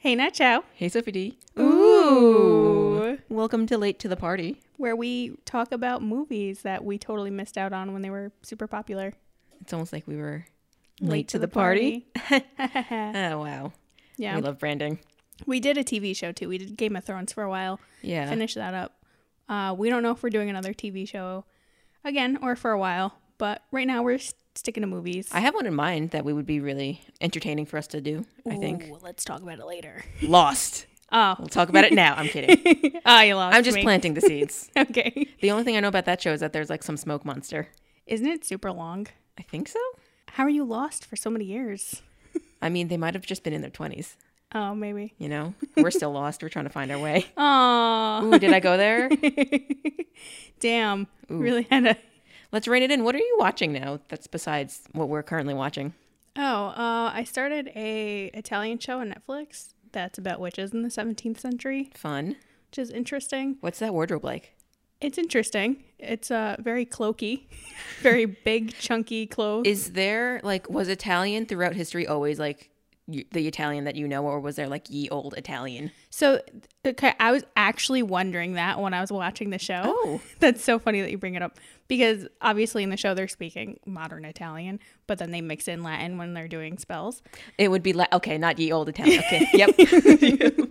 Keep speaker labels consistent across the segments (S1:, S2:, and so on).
S1: Hey Nacho,
S2: Hey, Sophie D.
S1: Ooh.
S2: Welcome to Late to the Party.
S1: where we talk about movies that we totally missed out on when they were super popular.
S2: It's almost like we were
S1: Late to the party.
S2: Oh, wow.
S1: yeah.
S2: We
S1: We,
S2: love branding.
S1: did a TV show too. We did Game of Thrones for a while.
S2: Yeah.
S1: Finish that up. Uh, we don't know if we're doing another TV show again or for a while, but right now we're s- sticking to movies.
S2: I have one in mind that we would be really entertaining for us to do, I think.
S1: Ooh, let's talk about it later.
S2: Lost.
S1: Oh,
S2: We'll talk about it now. I'm kidding.
S1: oh, you lost.
S2: I'm just
S1: me.
S2: planting the seeds.
S1: Okay.
S2: The only thing I know about that show is that there's like some smoke monster.
S1: Isn't it super long?
S2: I think so.
S1: How are you lost for so many years?
S2: I mean, they might have just been in their 20s,
S1: Oh, maybe.
S2: you know? We're still lost. We're trying to find our way.
S1: Oh.
S2: Ooh, did I go there?
S1: Damn. Really had a.
S2: Let's rein it in. What are you watching now that's besides what we're currently watching?
S1: Oh, uh, I started a Italian show on Netflix that's about witches in the 17th century,
S2: Fun.
S1: which is interesting.
S2: What's that wardrobe like?
S1: It's interesting. It's uh, very cloaky, very big, chunky clothes.
S2: Is there like was Italian throughout history always like y- the Italian that you know, or was there like ye old Italian?
S1: so, okay, I was actually wondering that when I was watching the show.
S2: Oh,
S1: That's so funny that you bring it up because obviously in the show they're speaking modern Italian, but then they mix in Latin when they're doing spells.
S2: it would be like okay, not ye old Italian. Okay, yep.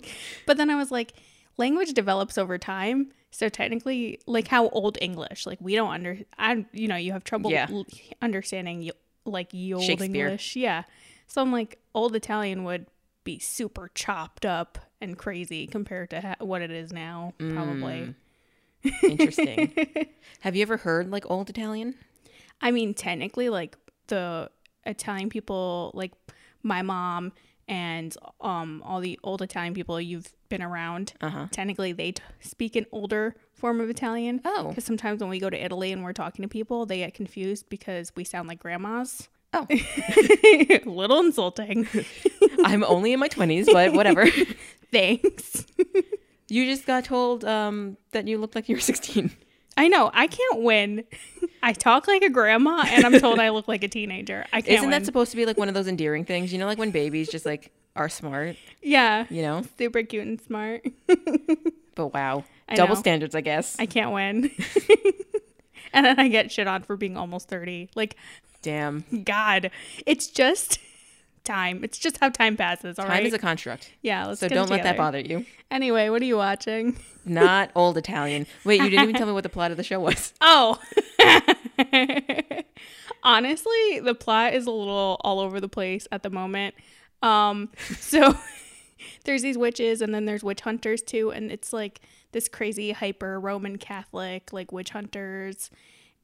S1: But then I was like, language develops over time. So technically, like how old English? Like we don't under, I you know you have trouble
S2: Yeah.
S1: l- understanding y- like ye old
S2: Shakespeare.
S1: English, yeah. So I'm like, old Italian would be super chopped up and crazy compared to ha- what it is now,
S2: Mm.
S1: probably.
S2: Interesting. Have you ever heard like old Italian?
S1: I mean, technically, like the Italian people, like my mom and um all the old Italian people you've been around,
S2: Uh huh.
S1: technically they t- speak an older form of Italian.
S2: Oh,
S1: Because sometimes when we go to Italy and we're talking to people, they get confused because we sound like grandmas.
S2: Oh.
S1: little insulting.
S2: I'm only in my twenties, but whatever.
S1: Thanks.
S2: You just got told um, that you looked like you were 16.
S1: I know I can't win. I talk like a grandma, and I'm told I look like a teenager. I can't.
S2: Isn't
S1: win.
S2: that supposed to be like one of those endearing things? You know, like when babies just like are smart.
S1: yeah?
S2: You know,
S1: Super cute and smart.
S2: but wow,
S1: I
S2: double
S1: know.
S2: standards, I guess.
S1: I can't win. and then I get shit on for being almost 30. Like,
S2: Damn,
S1: God, it's just time. It's just how time passes. All right.
S2: time is a construct.
S1: yeah. Let's
S2: So
S1: get it
S2: don't let that
S1: together.
S2: bother you.
S1: Anyway, what are you watching?
S2: Not old Italian. Wait, you didn't even tell me what the plot of the show was.
S1: Oh. Honestly, the plot is a little all over the place at the moment. Um, so there's these witches and then there's witch hunters too, and it's like this crazy hyper Roman Catholic like witch hunters.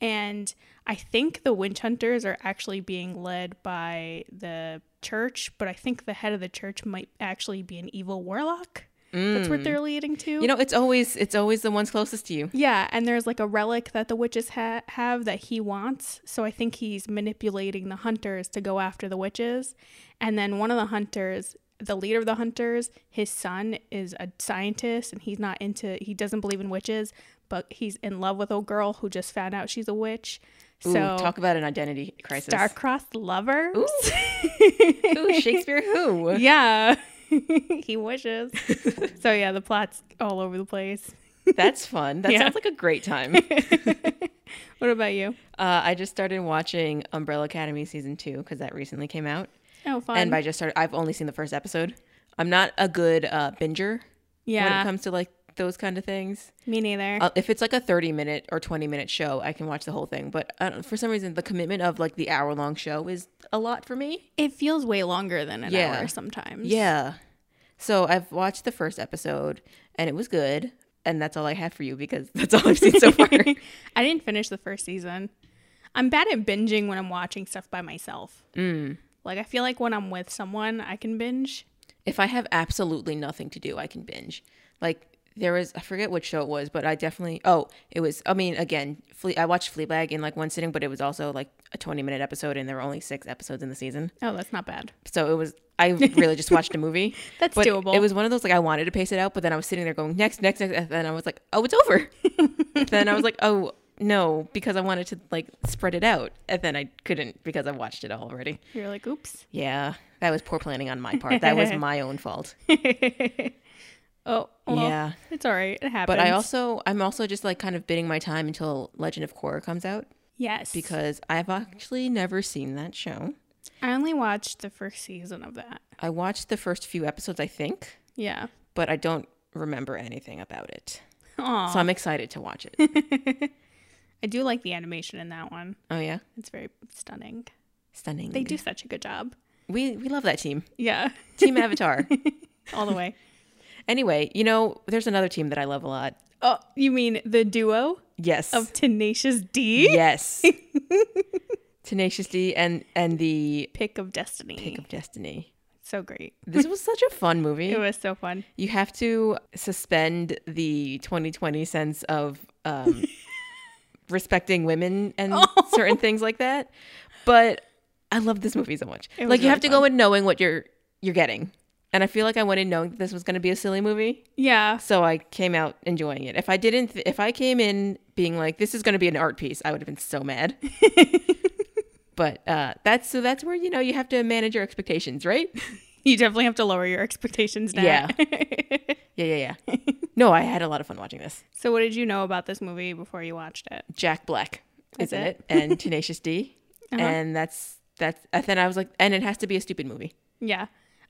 S1: And I think the witch hunters are actually being led by the church, but I think the head of the church might actually be an evil warlock. That's what they're leading to.
S2: Mm. You know, it's always it's always the ones closest to you.
S1: Yeah, and there's like a relic that the witches ha- have that he wants. So I think he's manipulating the hunters to go after the witches. And then one of the hunters, the leader of the hunters, his son is a scientist and he's not into, he doesn't believe in witches, but he's in love with a girl who just found out she's a witch.
S2: Ooh,
S1: So
S2: talk about an identity crisis.
S1: star-crossed lovers.
S2: Ooh, Shakespeare who?
S1: yeah. he wishes. so yeah, the plot's all over the place.
S2: That's fun. That
S1: Yeah.
S2: sounds like a great time.
S1: What about you?
S2: Uh, I just started watching Umbrella Academy season two because that recently came out,
S1: Oh, fun.
S2: and by just started, I've only seen the first episode. I'm not a good uh, binger when it
S1: yeah,
S2: comes to like those kind of things.
S1: me neither.
S2: Uh, if it's like a 30 minute or 20 minute show, I can watch the whole thing. But I don't, for some reason, the commitment of like the hour long show is a lot for me.
S1: It feels way longer than an
S2: Yeah.
S1: hour sometimes.
S2: Yeah. So I've watched the first episode and it was good. And that's all I have for you because that's all I've seen so far.
S1: I didn't finish the first season. I'm bad at binging when I'm watching stuff by myself.
S2: Mm.
S1: Like I feel like when I'm with someone, I can binge.
S2: if I have absolutely nothing to do, I can binge. Like there was, I forget what show it was, but I definitely, oh, it was, I mean, again, Flea, I watched Fleabag in like one sitting, but it was also like a 20 minute episode and there were only six episodes in the season.
S1: Oh, that's not bad.
S2: So it was. I really just watched a movie.
S1: That's
S2: But
S1: doable.
S2: It was one of those like I wanted to pace it out, but then I was sitting there going next, next, next, and then I was like, oh, it's over. then I was like, oh no, because I wanted to like spread it out, and then I couldn't because I watched it all already.
S1: You're like, oops.
S2: Yeah, That was poor planning on my part. That was my own fault.
S1: oh, well,
S2: yeah.
S1: it's all right. It happens.
S2: But I also I'm also just like kind of bidding my time until Legend of Korra comes out
S1: yes,
S2: because I've actually never seen that show.
S1: I only watched the first season of that.
S2: I watched the first few episodes, I think,
S1: Yeah.
S2: but I don't remember anything about it.
S1: Aw.
S2: So I'm excited to watch it.
S1: I do like the animation in that one.
S2: oh yeah.
S1: It's very stunning.
S2: Stunning.
S1: They do such a good job.
S2: We we love that team.
S1: Yeah.
S2: Team Avatar.
S1: All the way.
S2: anyway, you know, there's another team that I love a lot.
S1: Oh, you mean the duo
S2: Yes.
S1: of Tenacious D?
S2: yes. Tenacious D and and the
S1: Pick of Destiny.
S2: Pick of Destiny.
S1: so great.
S2: This was such a fun movie.
S1: It was so fun.
S2: You have to suspend the 2020 sense of um, respecting women and
S1: Oh.
S2: certain things like that. But I love this movie so much.
S1: It was
S2: Like you have to
S1: really
S2: go in knowing what you're you're getting. And I feel like I went in knowing that this was going to be a silly movie,
S1: Yeah.
S2: so I came out enjoying it. If I didn't, if I came in being like, "This is going to be an art piece," I would have been so mad. but uh, that's so that's where you know you have to manage your expectations, right?
S1: You definitely have to lower your expectations now.
S2: Yeah. Yeah, yeah, yeah. no, I had a lot of fun watching this.
S1: so what did you know about this movie before you watched it?
S2: Jack Black is
S1: That's
S2: in
S1: it?
S2: it, and Tenacious D,
S1: Uh-huh.
S2: and that's that's. And then I was like, and it has to be a stupid movie.
S1: Yeah.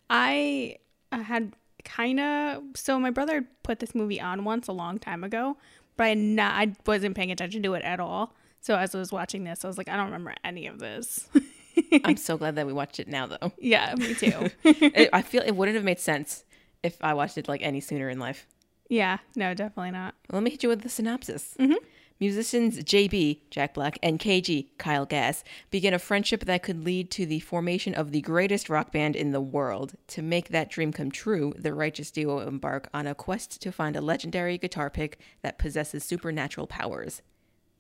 S1: I I had kind of so my brother had put this movie on once a long time ago, but I had not I wasn't paying attention to it at all. So as I was watching this, I was like, I don't remember any of this.
S2: I'm so glad that we watched it now, though.
S1: yeah, me too.
S2: It, I feel it wouldn't have made sense if I watched it like any sooner in life.
S1: yeah, no, definitely not.
S2: Let me hit you with the synopsis. Musicians JB, Jack Black, and KG, Kyle Gass, begin a friendship that could lead to the formation of the greatest rock band in the world. To make that dream come true, the Righteous Duo embark on a quest to find a legendary guitar pick that possesses supernatural powers.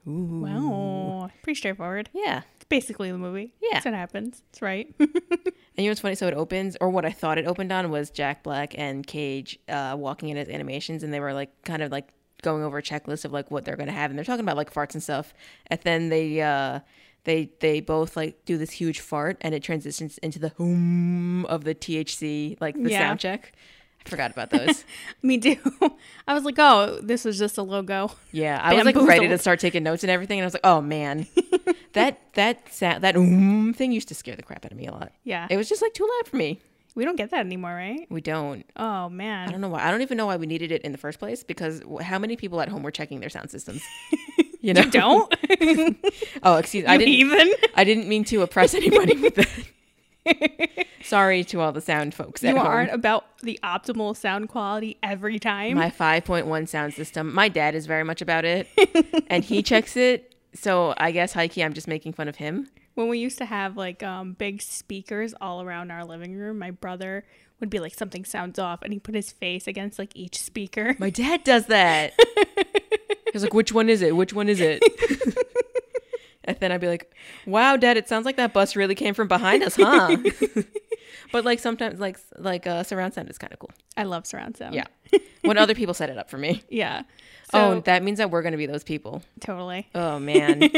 S1: Wow, pretty straightforward.
S2: Yeah.
S1: It's basically the movie.
S2: Yeah.
S1: That's what happens. It's right.
S2: And you know what's funny? So it opens, or what I thought it opened on was Jack Black and Cage uh, walking in as animations, and they were like kind of like going over a checklist of like what they're gonna have, and they're talking about like farts and stuff. And then they uh, they they both like do this huge fart, and it transitions into the hum of the THC like the
S1: Yeah.
S2: sound check. I forgot about those.
S1: me too. I was like, oh, this was just a logo.
S2: yeah, I was like ready to
S1: Bamboozled.
S2: start taking notes and everything, and I was like, oh man, that that sound that hum thing used to scare the crap out of me a lot.
S1: Yeah.
S2: It was just like too loud for me.
S1: we don't get that anymore, right?
S2: We don't.
S1: Oh
S2: I
S1: man.
S2: don't know why. I don't even know why we needed it in the first place because wh- how many people at home were checking their sound systems? You know?
S1: Don't
S2: Oh, excuse I didn't
S1: even.
S2: I didn't mean to oppress anybody with that. Sorry to all the sound folks at
S1: You
S2: home.
S1: aren't about the optimal sound quality every time.
S2: My 5.1 sound system. My dad is very much about it and he checks it. So I guess high key I'm just making fun of him.
S1: when we used to have like um, big speakers all around our living room, my brother would be like, something sounds off, and he put his face against like each speaker.
S2: My dad does that. He's like, which one is it? Which one is it? and then I'd be like, wow, dad, it sounds like that bus really came from behind us, huh? but like sometimes, like like uh, surround sound is kind of cool.
S1: I love surround sound.
S2: Yeah. when other people set it up for me.
S1: Yeah.
S2: oh,
S1: So,
S2: that means that we're going to be those people.
S1: totally.
S2: Oh, man.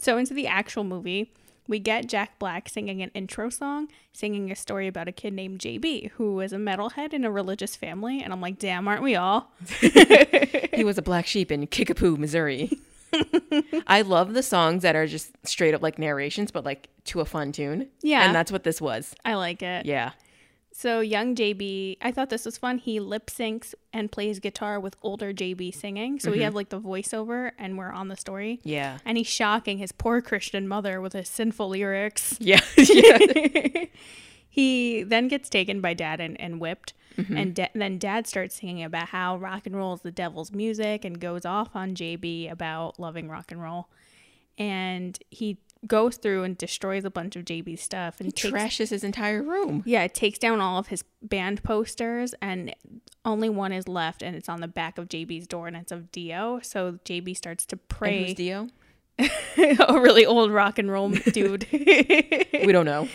S1: So, into the actual movie, we get Jack Black singing an intro song, singing a story about a kid named JB who is a metalhead in a religious family. And I'm like, damn, aren't we all?
S2: he was a black sheep in Kickapoo, Missouri. I love the songs that are just straight up like narrations, but like to a fun tune.
S1: Yeah.
S2: And that's what this was.
S1: I like it.
S2: Yeah.
S1: So young JB, I thought this was fun. He lip syncs and plays guitar with older JB singing. So we have like the voiceover and we're on the story.
S2: Yeah.
S1: And he's shocking his poor Christian mother with his sinful lyrics.
S2: Yeah. yeah.
S1: He then gets taken by dad and, and whipped.
S2: Mm-hmm.
S1: And da- then dad starts singing about how rock and roll is the devil's music and goes off on JB about loving rock and roll. And he goes through and destroys a bunch of JB's stuff and takes
S2: Trashes his entire room.
S1: Yeah, it takes down all of his band posters, and only one is left, and it's on the back of JB's door, and it's of Dio. So JB starts to
S2: And who's
S1: pray.
S2: Dio?
S1: a really old rock and roll dude.
S2: We don't know.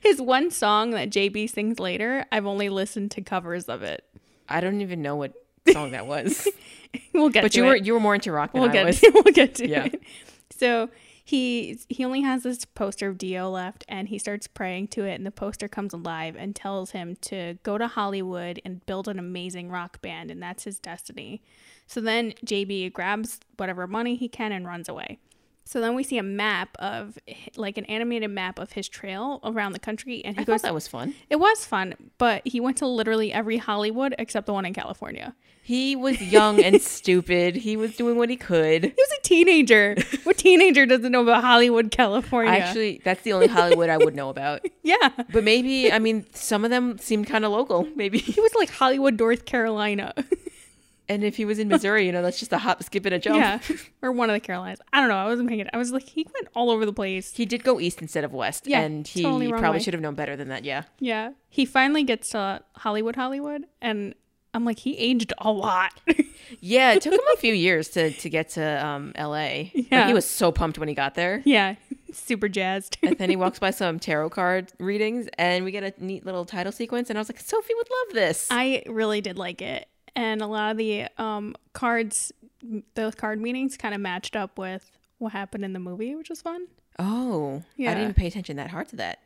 S1: his one song that JB sings later, I've only listened to covers of it.
S2: I don't even know what song that was.
S1: We'll get
S2: But
S1: to
S2: you
S1: it.
S2: were you were more into rock than
S1: we'll
S2: I
S1: get
S2: was.
S1: to, we'll get to
S2: Yeah.
S1: it. So he he only has this poster of Dio left, and he starts praying to it, and the poster comes alive and tells him to go to Hollywood and build an amazing rock band, and that's his destiny. So then JB grabs whatever money he can and runs away. So then we see a map of like an animated map of his trail around the country, and he
S2: I
S1: goes.
S2: thought that was fun.
S1: it was fun, but he went to literally every Hollywood except the one in California.
S2: He was young and stupid. He was doing what he could.
S1: He was a teenager. what teenager doesn't know about Hollywood, California?
S2: Actually, that's the only Hollywood I would know about.
S1: yeah.
S2: But maybe, I mean, some of them seemed kind of local, maybe.
S1: He was like Hollywood, North Carolina.
S2: And if he was in Missouri, you know, that's just a hop, skip, and a jump.
S1: yeah. Or one of the Carolinas. I don't know. I wasn't paying it. I was like, he went all over the place.
S2: He did go east instead of west,
S1: Yeah,
S2: and he
S1: totally wrong
S2: probably
S1: way.
S2: should have known better than that. Yeah,
S1: Yeah. He finally gets to Hollywood, Hollywood. And I'm like, he aged a lot.
S2: yeah. It took him a few years to to get to um, L.A. Like,
S1: Yeah.
S2: he was so pumped when he got there.
S1: yeah. Super jazzed.
S2: And then he walks by some tarot card readings, and we get a neat little title sequence. And I was like, Sophie would love this.
S1: I really did like it. And a lot of the um, cards, the card meanings kind of matched up with what happened in the movie, which was fun.
S2: oh, I
S1: Yeah.
S2: didn't pay attention that hard to that.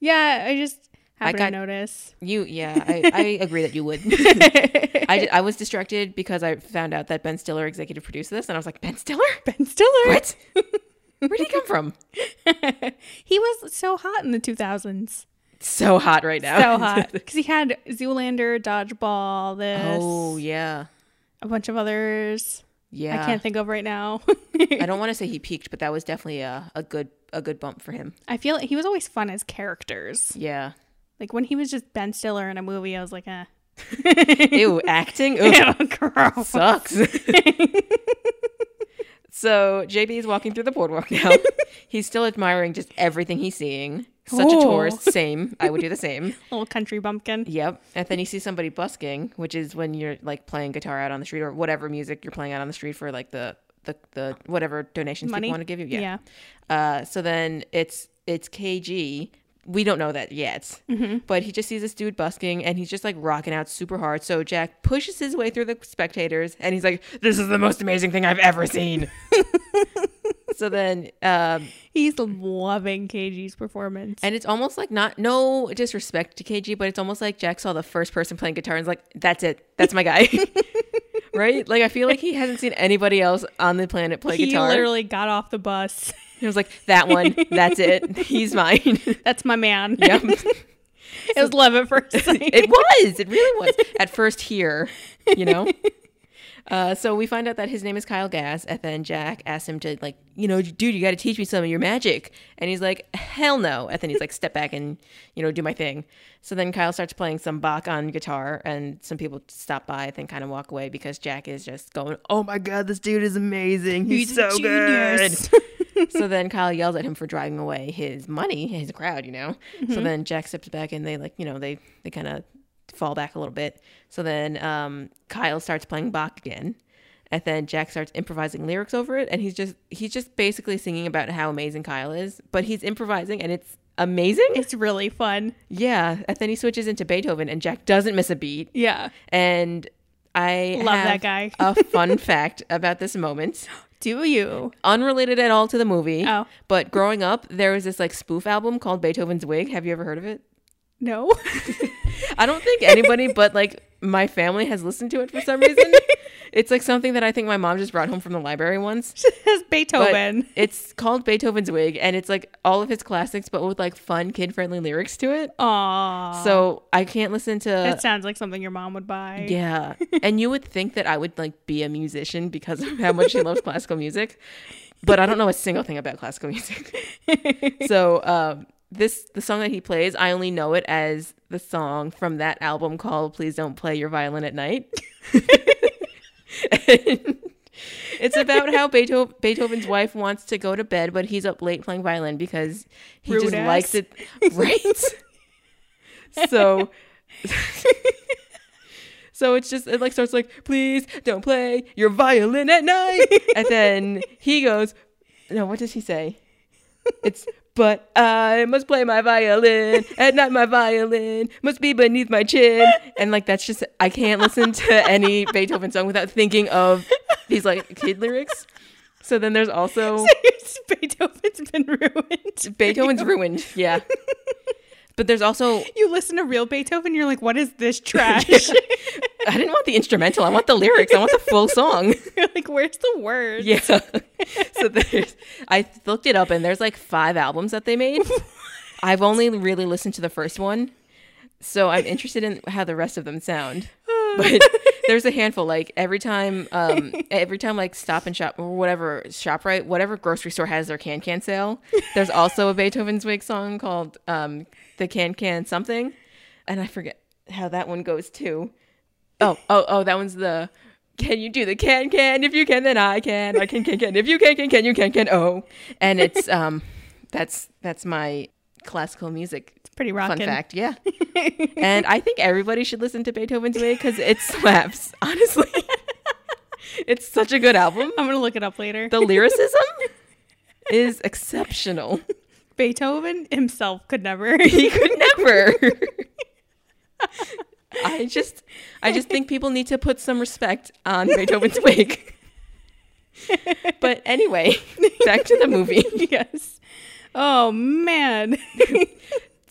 S1: Yeah. I just happened
S2: got-
S1: to notice.
S2: You, yeah, I, I agree that you would. I, ju- I was distracted because I found out that Ben Stiller executive produced this, and I was like, Ben Stiller?
S1: Ben Stiller.
S2: What? Where'd he come from?
S1: he was so hot in the 2000s.
S2: So hot right now.
S1: So hot. Because he had Zoolander, Dodgeball, this,
S2: oh yeah,
S1: a bunch of others
S2: yeah.
S1: I can't think of right now.
S2: I don't want to say he peaked, but that was definitely a, a good a good bump for him.
S1: I feel like he was always fun as characters.
S2: Yeah.
S1: Like when he was just Ben Stiller in a movie, I was like, eh.
S2: Ew, acting Ew,
S1: Ew, gross.
S2: sucks. so JB is walking through the boardwalk now. He's still admiring just everything he's seeing. Such a
S1: Oh.
S2: tourist. Same. I would do the same.
S1: Little country bumpkin.
S2: Yep. And then you see somebody busking, which is when you're like playing guitar out on the street or whatever music you're playing out on the street for like the the, the whatever donations
S1: Money?
S2: people want to give you.
S1: Yeah.
S2: Yeah. Uh, so then it's it's KG. We don't know that yet,
S1: Mm-hmm.
S2: but he just sees this dude busking and he's just like rocking out super hard. So Jack pushes his way through the spectators and he's like, "This is the most amazing thing I've ever seen." so then, um,
S1: He's loving KG's performance.
S2: and it's almost like not no disrespect to KG, but it's almost like Jack saw the first person playing guitar and is like, "That's it, that's my guy." right? Like I feel like he hasn't seen anybody else on the planet play
S1: he
S2: guitar.
S1: literally got off the bus.
S2: he was like, "That one, that's it, he's mine."
S1: That's my man.
S2: yep.
S1: it was love at first sight.
S2: It was. It really was. At first here, you know. Uh, so we find out that his name is Kyle Gass, and then Jack asks him to like, you know, dude, you got to teach me some of your magic, and he's like, hell no, and then he's like, step back and you know, do my thing. So then Kyle starts playing some Bach on guitar, and some people stop by, and then kind of walk away because Jack is just going, oh my god, this dude is amazing, he's,
S1: He's a
S2: so good
S1: genius.
S2: so then Kyle yells at him for driving away his money, his crowd, you know. So
S1: Mm-hmm.
S2: then Jack steps back and they like, you know, they they kind of fall back a little bit. So then um, Kyle starts playing Bach again. And then Jack starts improvising lyrics over it and he's just he's just basically singing about how amazing Kyle is, but he's improvising and it's amazing.
S1: It's really fun.
S2: Yeah. And then he switches into Beethoven and Jack doesn't miss a beat.
S1: Yeah.
S2: And I
S1: Love
S2: have
S1: that guy.
S2: a fun fact about this moment
S1: Do you?
S2: unrelated at all to the movie.
S1: Oh.
S2: But growing up, there was this like spoof album called Beethoven's Wig. Have you ever heard of it?
S1: No.
S2: I don't think anybody but like my family has listened to it for some reason. it's like something that I think my mom just brought home from the library once.
S1: It's
S2: But
S1: Beethoven.
S2: it's called Beethoven's Wig and it's like all of his classics but with like fun kid-friendly lyrics to it.
S1: Aw.
S2: So I can't listen to
S1: That sounds like something your mom would buy.
S2: Yeah. and you would think that I would like be a musician because of how much she loves classical music, but I don't know a single thing about classical music. so, um, this the song that he plays, I only know it as the song from that album called "Please Don't Play Your Violin at Night." And it's about how Beethoven, Beethoven's wife wants to go to bed, but he's up late playing violin because he
S1: Rude
S2: just
S1: ass.
S2: likes it, right? so so it's just it like starts like, please don't play your violin at night. and then he goes, no, what does he say? It's but I must play my violin at night. My violin must be beneath my chin, and like that's just I can't listen to any Beethoven song without thinking of these like kid lyrics. So then there's also
S1: You're Beethoven's been ruined.
S2: Oh." Beethoven's ruined. Yeah. But there's also
S1: You listen to real Beethoven, you're like, what is this trash?
S2: I didn't want the instrumental. I want the lyrics. I want the full song.
S1: You're like, where's the word?
S2: Yeah. so there's I looked it up and there's like five albums that they made. I've only really listened to the first one. So I'm interested in how the rest of them sound. But there's a handful like every time um every time like Stop and Shop or whatever shop right whatever grocery store has their can can sale there's also a Beethoven Zwig song called um the can can something and I forget how that one goes too oh oh oh that one's the can you do the can can if you can then I can I can can can if you can can can you can can oh and it's um that's that's my classical music
S1: Pretty
S2: fun
S1: rocking.
S2: fact yeah and I think everybody should listen to Beethoven's Way because it slaps. Honestly, it's such a good album.
S1: I'm gonna look it up later.
S2: The lyricism is exceptional.
S1: Beethoven himself could never.
S2: He could never. I just, I just think people need to put some respect on Beethoven's wig. But anyway, back to the movie.
S1: yes. Oh man.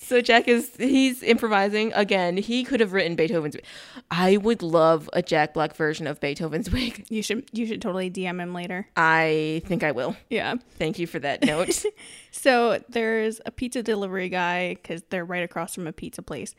S2: So Jack is he's improvising again. He could have written Beethoven's. Wig. I would love a Jack Black version of Beethoven's wig.
S1: you should you should totally DM him later.
S2: I think I will.
S1: Yeah.
S2: Thank you for that note.
S1: So there's a pizza delivery guy because they're right across from a pizza place,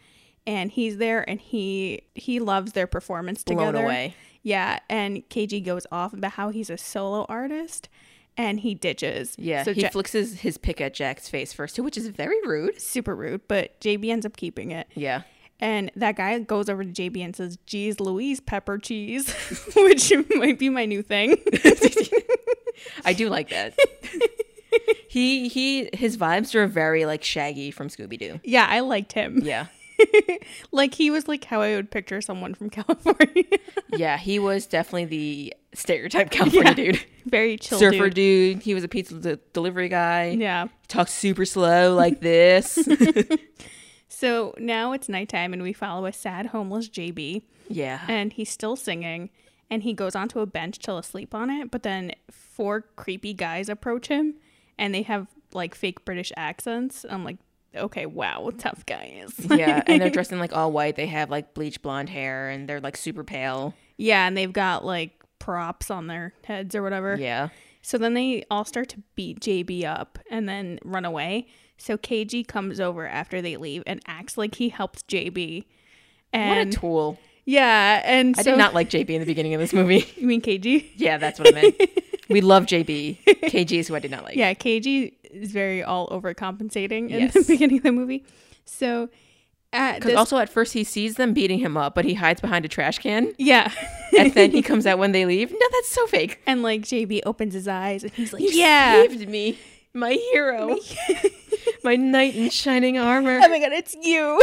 S1: and he's there and he he loves their performance
S2: Blown
S1: together.
S2: away.
S1: Yeah, and KG goes off about how he's a solo artist, and he ditches.
S2: Yeah,
S1: so
S2: he
S1: Ja-
S2: flicks his, his pick at Jack's face first, too, which is very rude.
S1: super rude, but JB ends up keeping it.
S2: Yeah.
S1: And that guy goes over to JB and says, Geez Louise, pepper cheese, which might be my new thing.
S2: I do like that. he he his vibes are very like Shaggy from Scooby Doo.
S1: yeah, I liked him.
S2: Yeah.
S1: Like, he was like how I would picture someone from California.
S2: Yeah, he was definitely the stereotype California dude.
S1: Very chill.
S2: Surfer
S1: dude.
S2: dude. He was a pizza de- delivery guy.
S1: Yeah.
S2: Talks super slow like this.
S1: So now it's nighttime and we follow a sad homeless JB
S2: yeah.
S1: and he's still singing and he goes onto a bench to asleep on it, but then four creepy guys approach him and they have like fake British accents. I'm like, okay, wow, tough guys.
S2: Yeah, and they're dressed in like all white. They have like bleach blonde hair and they're like super pale.
S1: Yeah, and they've got like props on their heads or whatever.
S2: Yeah.
S1: So then they all start to beat JB up and then run away. So KG comes over after they leave and acts like he helped JB.
S2: What a
S1: And
S2: tool.
S1: yeah, and
S2: I
S1: so
S2: did not like JB in the beginning of this movie.
S1: you mean KG?
S2: Yeah, that's what I meant. we love JB. KG is who I did not like.
S1: Yeah, KG is very all overcompensating in the
S2: Yes.
S1: beginning of the movie. So at
S2: Because
S1: this,
S2: also at first he sees them beating him up, but he hides behind a trash can.
S1: yeah,
S2: And then he comes out when they leave. No, that's so fake.
S1: and like JB opens his eyes and he's like,
S2: You
S1: yeah.
S2: saved me. My hero. My knight in shining armor.
S1: oh my god, it's you.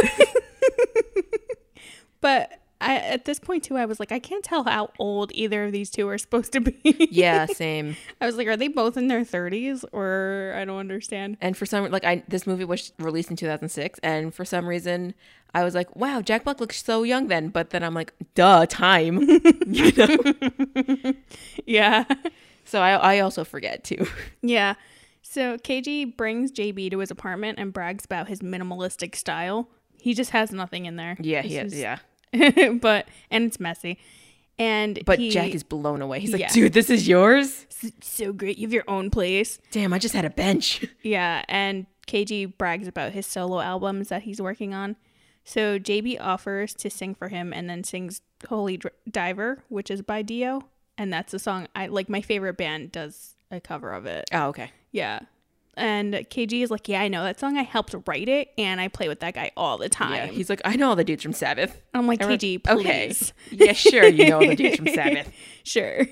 S1: but I, at this point too, I was like, I can't tell how old either of these two are supposed to be.
S2: Yeah, same.
S1: I was like, are they both in their thirties or I don't understand.
S2: And for some like I this movie was released in 2006 and for some reason I was like, "Wow, Jack Black looks so young then." But then I'm like, "Duh, time." you know?
S1: Yeah,
S2: So I I also forget too.
S1: yeah. So KG brings JB to his apartment and brags about his minimalistic style. He just has nothing in there.
S2: Yeah,
S1: It's
S2: he is.
S1: just-
S2: Yeah.
S1: but and it's messy. And
S2: But
S1: he-
S2: Jack is blown away. He's like,
S1: Yeah.
S2: dude, this is yours?
S1: "S- so great. You have your own place.
S2: Damn, I just had a bench.
S1: Yeah, and KG brags about his solo albums that he's working on. So JB offers to sing for him and then sings Holy Dr- Diver, which is by Dio, and that's a song I like my favorite band does a cover of it.
S2: Oh, okay.
S1: Yeah. And KG is like, "Yeah, I know that song. I helped write it and I play with that guy all the
S2: Yeah,
S1: time."
S2: he's like, I know all the dudes from Sabbath.
S1: I'm like,
S2: I wrote-
S1: "KG,
S2: okay.
S1: please."
S2: Yeah, sure, you know all the dudes from Sabbath.
S1: Sure.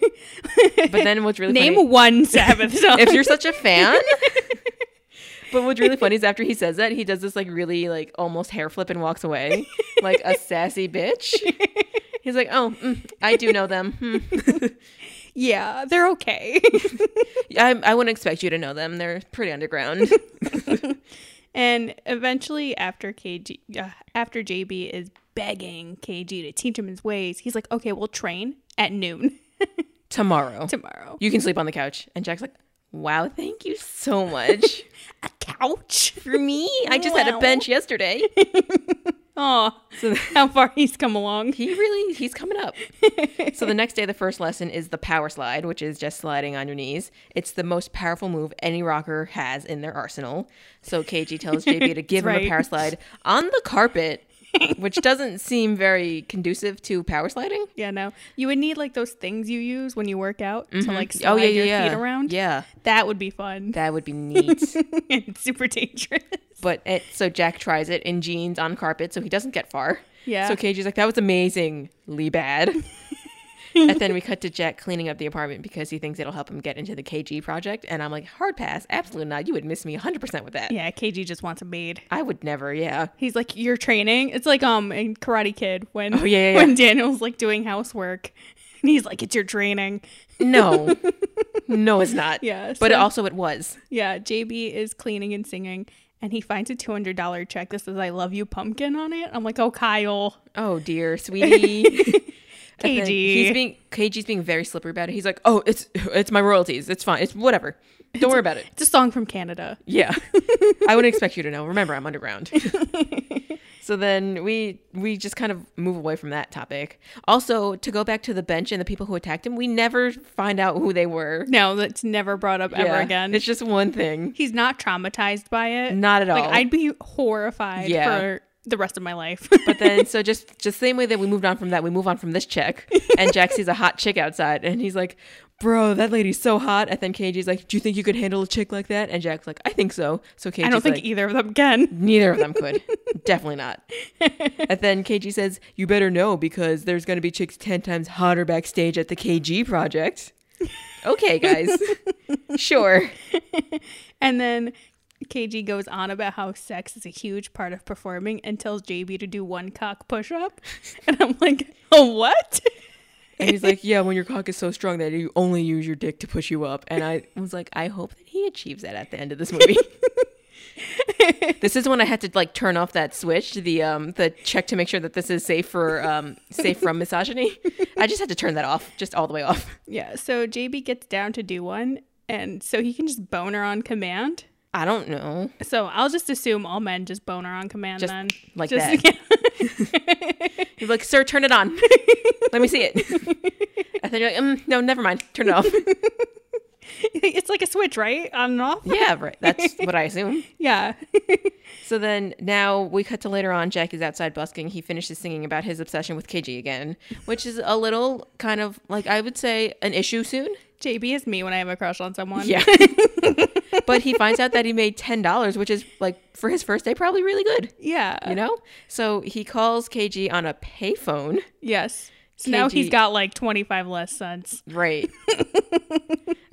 S2: But then what's really
S1: Name
S2: funny,
S1: one Sabbath song.
S2: if you're such a fan. but what's really funny is after he says that, he does this like really like almost hair flip and walks away like a sassy bitch. He's like, oh, mm, I do know them. Hmm.
S1: yeah, they're okay.
S2: I, I wouldn't expect you to know them. They're pretty underground.
S1: And eventually, after KG, uh, after JB is begging KG to teach him his ways, he's like, "Okay, we'll train at noon
S2: Tomorrow.
S1: tomorrow."
S2: you can sleep on the couch. And Jack's like, Wow, thank you so much
S1: A couch.
S2: for me. I just had a
S1: Wow.
S2: bench yesterday.
S1: Oh, how far he's come along.
S2: He really, he's coming up. so the next day, the first lesson is the power slide, which is just sliding on your knees. It's the most powerful move any rocker has in their arsenal. So KG tells JB to give him
S1: Right.
S2: a power slide on the carpet, which doesn't seem very conducive to power sliding.
S1: Yeah, no. You would need like those things you use when you work out to like slide
S2: oh yeah, yeah,
S1: your
S2: yeah.
S1: feet around.
S2: Yeah,
S1: That would be fun.
S2: that would be neat.
S1: it's super dangerous.
S2: But it, so Jack tries it in jeans on carpet, so he doesn't get far.
S1: Yeah.
S2: So Cagey's like, "That was amazingly bad." and then we cut to Jack cleaning up the apartment because he thinks it'll help him get into the KG project. And I'm like, "Hard pass, absolutely not. You would miss me 100 percent with that.
S1: Yeah, KG just wants a maid.
S2: I would never. Yeah,
S1: He's like, you're training. It's like um in Karate Kid when
S2: Oh, yeah, yeah,
S1: when Daniel's like doing housework, and he's like, it's your training.
S2: no, no, it's not.
S1: Yeah,
S2: but
S1: so-
S2: also it was.
S1: Yeah, JB is cleaning and singing, and he finds a two hundred dollar check that says "I love you, pumpkin" on it. I'm like, oh Kyle,
S2: Oh dear, sweetie. And
S1: KG.
S2: then He's being KG's being very slippery about it. He's like, "Oh, it's it's my royalties. It's fine. It's whatever. Don't worry about it."
S1: it's a song from Canada.
S2: Yeah. I wouldn't expect you to know. Remember, I'm underground. so then we we just kind of move away from that topic. Also, to go back to the bench and the people who attacked him, we never find out who they were
S1: No, that's never brought up ever
S2: Yeah.
S1: again.
S2: It's just one thing.
S1: he's not traumatized by it.
S2: Not at all.
S1: Like I'd be horrified
S2: Yeah.
S1: for the rest of my life.
S2: but then so just just same way that we moved on from that, we move on from this check. And Jack sees a hot chick outside and he's like, Bro, that lady's so hot. And then KG's like, Do you think you could handle a chick like that? And Jack's like, I think so. So KG's
S1: I don't think
S2: like,
S1: either of them can.
S2: Neither of them could. Definitely not. and then KG says, You better know because there's going to be chicks 10 times hotter backstage at the KG project. Okay, guys. sure.
S1: And then KG goes on about how sex is a huge part of performing and tells JB to do one cock push up. And I'm like, oh, what?
S2: And he's like, Yeah, when your cock is so strong that you only use your dick to push you up. And I was like, I hope that he achieves that at the end of this movie. this is when I had to like turn off that switch, the um the check to make sure that this is safe for um safe from misogyny. I just had to turn that off, just all the way off.
S1: Yeah, so JB gets down to do one. And so he can just bone her on command.
S2: I don't know.
S1: So I'll just assume all men just bone her on command
S2: Just
S1: then.
S2: like
S1: Just-
S2: He's like, sir, turn it on. Let me see it. And then you're like, um, no, never mind. Turn it off.
S1: it's like a switch, right? On and off?
S2: yeah, right. That's what I assume.
S1: Yeah.
S2: So then now we cut to later on. Jack is outside busking. He finishes singing about his obsession with KG again, which is a little kind of like I would say an issue soon.
S1: JB is me when I have a crush on someone.
S2: Yeah. but he finds out that he made $10, which is like for his first day, probably really good,
S1: Yeah.
S2: you know? So he calls KG on a payphone.
S1: Yes. So now
S2: KG.
S1: he's got like 25 less cents.
S2: Right.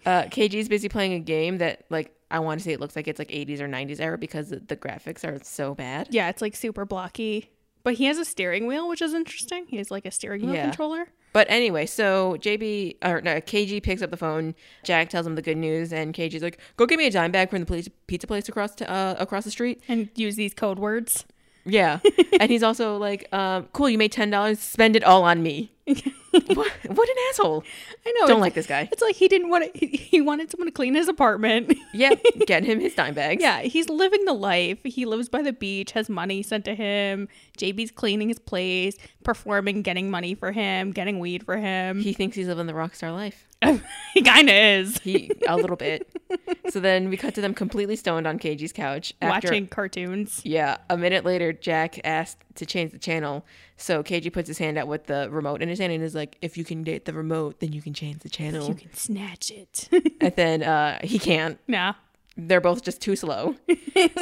S2: uh, KG's busy playing a game that, like, I want to say it looks like it's like 80s or 90s era because the the graphics are so bad.
S1: Yeah, it's like super blocky. But he has a steering wheel, which is interesting. He has like a steering wheel
S2: Yeah.
S1: controller.
S2: But anyway, so JB or no, KG picks up the phone. Jack tells him the good news, and KG's like, "Go get me a dime bag from the police pizza place across to, uh, across the street."
S1: And use these code words.
S2: Yeah, and he's also like, um, "Cool, you made ten dollars. Spend it all on me." what, what an asshole!
S1: I know.
S2: Don't
S1: Oh, it's-
S2: like this guy.
S1: It's like he didn't want to. He, he wanted someone to clean his apartment.
S2: Yeah, get him his dime bags.
S1: yeah, he's living the life. He lives by the beach, has money sent to him. JB's cleaning his place, performing, getting money for him, getting weed for him.
S2: he thinks he's living the rock star life.
S1: he kind of is.
S2: He a little bit. So then we cut to them completely stoned on KG's couch. After,
S1: Watching cartoons.
S2: Yeah. A minute later, Jack asked to change the channel. So KG puts his hand out with the remote in his hand and is like, "If you can get the remote, then you can change the
S1: You
S2: channel."
S1: can snatch it.
S2: and then uh, he can't.
S1: nah.
S2: They're both just too slow.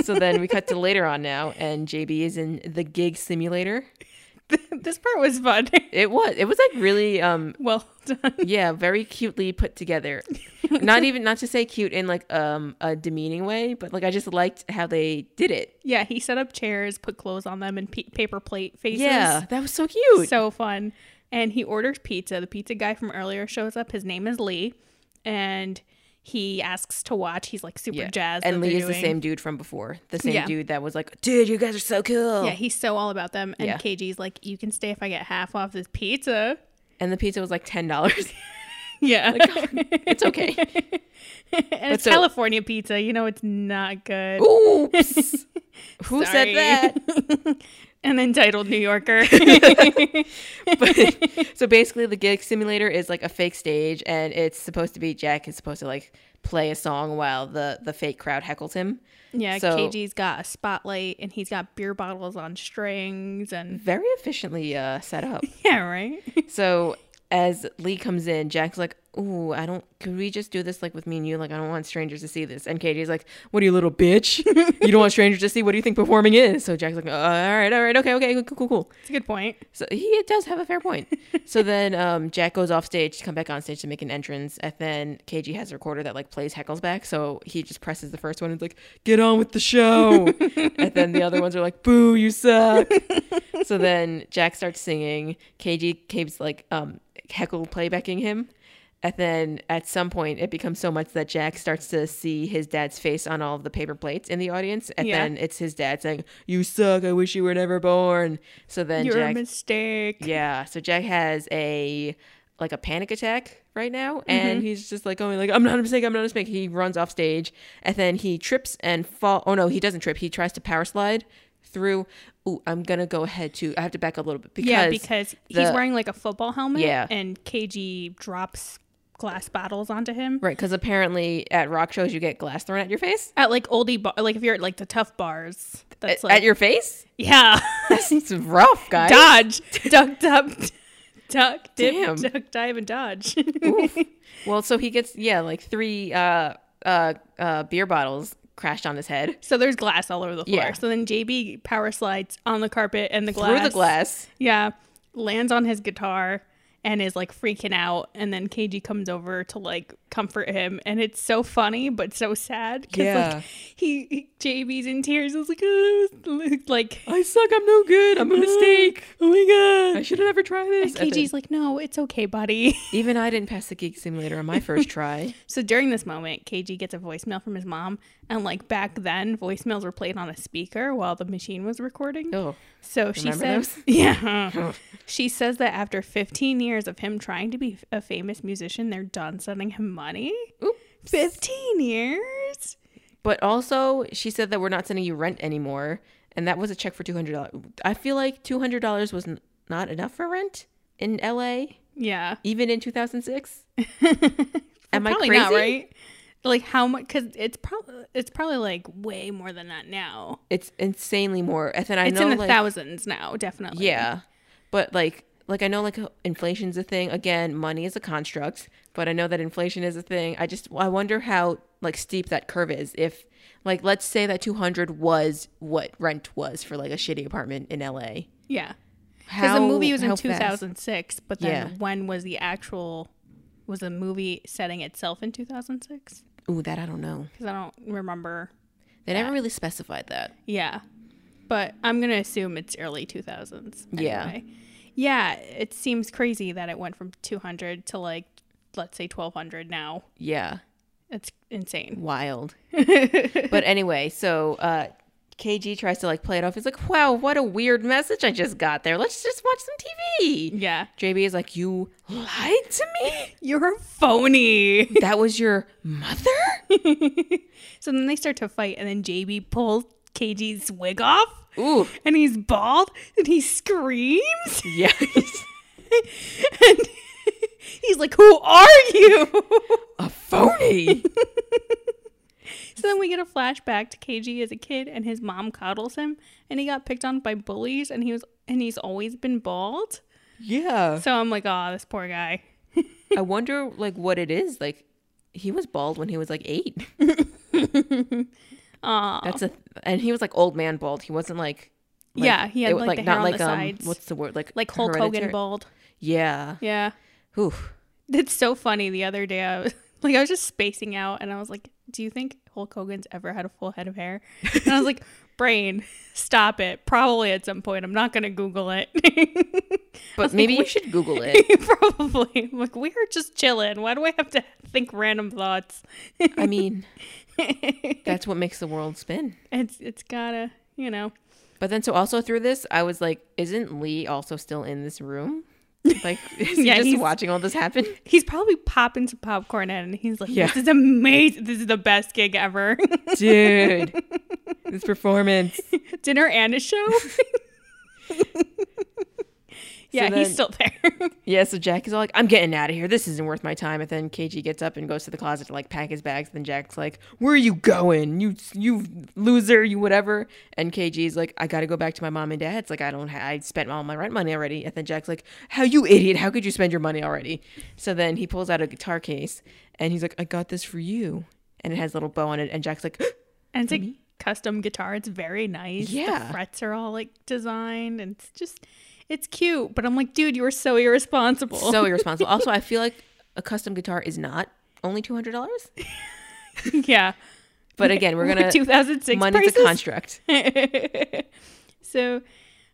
S2: so then we cut to later on now, and JB is in the gig simulator.
S1: This part was fun.
S2: It was. It was like really um,
S1: well done.
S2: Yeah, very cutely put together. not even not to say cute in like um a demeaning way, but like I just liked how they did it.
S1: Yeah, he set up chairs, put clothes on them, and pe- paper plate faces.
S2: Yeah, that was so cute.
S1: So fun. And he orders pizza. The pizza guy from earlier shows up. His name is Lee. And he asks to watch. He's like super
S2: yeah.
S1: jazzed.
S2: and
S1: that
S2: Lee
S1: they're
S2: is the
S1: doing-
S2: same dude from before. The same
S1: Yeah.
S2: dude that was like, "Dude, you guys are so cool."
S1: Yeah, he's so all about them. And
S2: Yeah.
S1: KG's like, you can stay if I get half off this pizza.
S2: And the pizza was like ten dollars.
S1: Yeah.
S2: Like, it's okay.
S1: oh, and it's
S2: so-
S1: California pizza. You know it's not good.
S2: Oops. Who
S1: Sorry.
S2: said that?
S1: An entitled New Yorker.
S2: But- so basically, the gig simulator is like a fake stage, and it's supposed to be Jack is supposed to like play a song while the the fake crowd heckles him.
S1: yeah,
S2: So-
S1: KG's got a spotlight and he's got beer bottles on strings and
S2: Very efficiently uh, set up.
S1: yeah, right.
S2: so as Lee comes in, Jack's like, "Ooh, I don't. Could we just do this like with me and you? Like, I don't want strangers to see this." And KJ's like, "What are you, little bitch? you don't want strangers to see. What do you think performing is?" So Jack's like, uh, "All right, all right, okay, okay, cool, cool, cool."
S1: It's a good point.
S2: So he does have a fair point. so then um, Jack goes off stage to come back on stage to make an entrance, and then KG has a recorder that like plays heckles back. So he just presses the first one and it's like, "Get on with the show," and then the other ones are like, "Boo, you suck." so then Jack starts singing. KG keeps like um, heckle playbacking him. And then at some point, it becomes so much that Jack starts to see his dad's face on all of the paper plates in the audience. And
S1: Yeah.
S2: then it's his dad saying, You suck. I wish you were never born. So then
S1: You're a
S2: Jack.
S1: mistake.
S2: Yeah. So Jack has a like a panic attack right now, and he's just like going like, "I'm not a mistake. I'm not a mistake." He runs off stage, and then he trips and fall. Oh no, he doesn't trip. He tries to power slide through. Ooh, I'm gonna go ahead to. I have to back up a little bit because
S1: yeah, because he's
S2: the-
S1: wearing like a football helmet
S2: Yeah.
S1: and KG drops glass bottles onto him.
S2: right because apparently at rock shows you get glass thrown at your face.
S1: At like oldie bar like if you're at like the tough bars. That's
S2: At-
S1: like
S2: at your face.
S1: Yeah.
S2: It's rough, guys.
S1: dodge. duck duck duck dip
S2: Damn.
S1: duck dive and dodge.
S2: Well, so he gets yeah like three uh uh uh beer bottles crashed on his head
S1: so there's glass all over the floor.
S2: Yeah.
S1: So then JB power slides on the carpet and the glass.
S2: through the glass.
S1: Yeah. Lands on his guitar and is like freaking out and then KG comes over to like comfort him and it's so funny but so sad cuz
S2: Yeah.
S1: like he, he JB's in tears is like "Oh," like
S2: I suck. I'm no good. I'm a mistake.
S1: oh my god
S2: I should have never tried this. And
S1: KG's like no it's okay buddy
S2: then- Even I didn't pass the Geek Simulator on my first try.
S1: So during this moment, KG gets a voicemail from his mom, and like back then, voicemails were played on a speaker while the machine was recording.
S2: Oh,
S1: So she
S2: remember
S1: says,
S2: those?
S1: "Yeah." she says that after 15 years of him trying to be a famous musician, they're done sending him money.
S2: Oops.
S1: 15 years?
S2: but also she said that we're not sending you rent anymore, and that was a check for two hundred dollars. I feel like two hundred dollars was n- not enough for rent in L.A.
S1: Yeah.
S2: even in two thousand six. Am I
S1: Probably
S2: crazy?
S1: not right. Like how much? Because it's probably it's probably like way more than that now.
S2: It's insanely more. And then I
S1: It's
S2: know
S1: in the
S2: like
S1: thousands now, definitely.
S2: yeah, but like. Like I know, like inflation's a thing. Again, money is a construct, but I know that inflation is a thing. I just I wonder how like steep that curve is. If like let's say that two hundred was what rent was for like a shitty apartment in LA.
S1: Yeah. Because the
S2: How-
S1: movie was in
S2: how fast?
S1: 2006, but then
S2: Yeah.
S1: when was the actual was the movie setting itself in 2006?
S2: Ooh, that I don't know.
S1: Because I don't remember.
S2: They never really specified that.
S1: Yeah, but I'm gonna assume it's early 2000s.
S2: Yeah.
S1: anyway. yeah. It seems crazy that it went from 200 to like let's say 1200 now.
S2: Yeah,
S1: It's insane.
S2: wild. but anyway, so uh, KG tries to like play it off. He's like, "Wow, what a weird message I just got there. Let's just watch some TV."
S1: Yeah,
S2: JB is like, "You lied to me.
S1: you're a phony.
S2: That was your mother."
S1: so then they start to fight, and then JB pulls KG's wig off,
S2: Ooh,
S1: and he's bald, and he screams.
S2: yeah.
S1: and he's like, "Who are you?"
S2: a phony.
S1: so then we get a flashback to KG as a kid, and his mom coddles him, and he got picked on by bullies, and he was and he's always been bald.
S2: yeah.
S1: So I'm like, "Oh, this poor guy."
S2: I wonder like what it is. Like he was bald when he was like 8.
S1: Aw.
S2: That's a and he was like old man bald. He wasn't like, like-
S1: yeah, he had
S2: it was,
S1: like, the hair on the sides,
S2: what's the word like
S1: like Hulk
S2: hereditary-
S1: Hogan bald.
S2: Yeah.
S1: Yeah,
S2: Oof.
S1: it's so funny. The other day, I was like, I was just spacing out, and I was like, "Do you think Hulk Hogan's ever had a full head of hair?" And I was like. Brain, stop it. Probably at some point. I'm not going to Google it.
S2: But
S1: like,
S2: maybe
S1: "Wait."
S2: you should Google it.
S1: Probably. I'm like, we are just chilling. Why do I have to think random thoughts?
S2: I mean, that's what makes the world spin.
S1: It's it's gotta, you know.
S2: But then, so also through this, I was like, isn't Lee also still in this room? Like, is he
S1: Yeah,
S2: just
S1: he's-
S2: watching all this happen?
S1: He's probably popping some popcorn in, and he's like,
S2: Yeah.
S1: "This is amazing! This is the best gig ever!
S2: Dude, this performance.
S1: Dinner and a show." yeah, he's
S2: So then-
S1: still there.
S2: Yeah, so Jack is all like, I'm getting out of here. This isn't worth my time. And then KG gets up and goes to the closet to like pack his bags. And then Jack's like, Where are you going? You you loser, you whatever. And KG's like, I gotta go back to my mom and dad. It's like I don't ha- I spent all my rent money already. And then Jack's like, How you idiot? How could you spend your money already? So then he pulls out a guitar case and he's like, I got this for you. And it has a little bow on it. And Jack's like,
S1: and it's like custom guitar. It's very nice.
S2: Yeah.
S1: the frets are all like designed, and it's just it's cute. But I'm like, dude, you were so irresponsible.
S2: So irresponsible. also, I feel like a custom guitar is not only two hundred dollars.
S1: yeah,
S2: But again, we're gonna
S1: 2006
S2: money's a
S1: prices.
S2: construct.
S1: so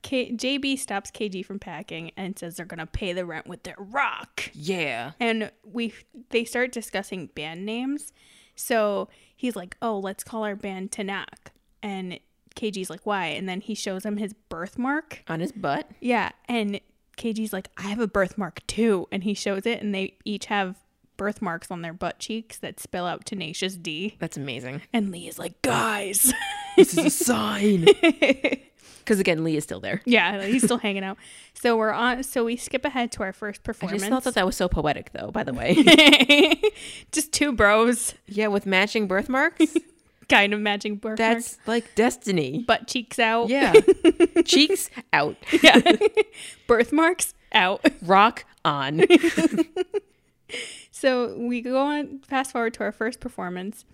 S1: K- JB stops KG from packing and says they're gonna pay the rent with their rock.
S2: Yeah.
S1: And we they start discussing band names. So he's like, "Oh, let's call our band Tanak." And KG's like, "Why?" And then he shows him his birthmark.
S2: On his butt.
S1: Yeah, and KG's like, "I have a birthmark too." And he shows it and they each have birthmarks on their butt cheeks that spell out tenacious D.
S2: That's amazing.
S1: And Lee is like, "Guys."
S2: This is a sign. Because again, Lee is still there.
S1: Yeah, like, he's still hanging out. So we're on. So we skip ahead to our first
S2: I
S1: performance.
S2: just thought that that was so poetic, though. By the way,
S1: Just two bros,
S2: yeah, with matching birthmarks,
S1: kind of matching birthmarks,
S2: that's like destiny.
S1: butt cheeks out.
S2: Yeah, cheeks out,
S1: Yeah. birthmarks out.
S2: rock on.
S1: So we go on. Fast forward to our first performance.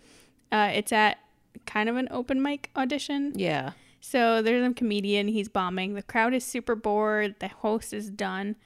S1: Uh, it's at kind of an open mic audition.
S2: Yeah,
S1: So there's a comedian, he's bombing. The crowd is super bored. The host is done.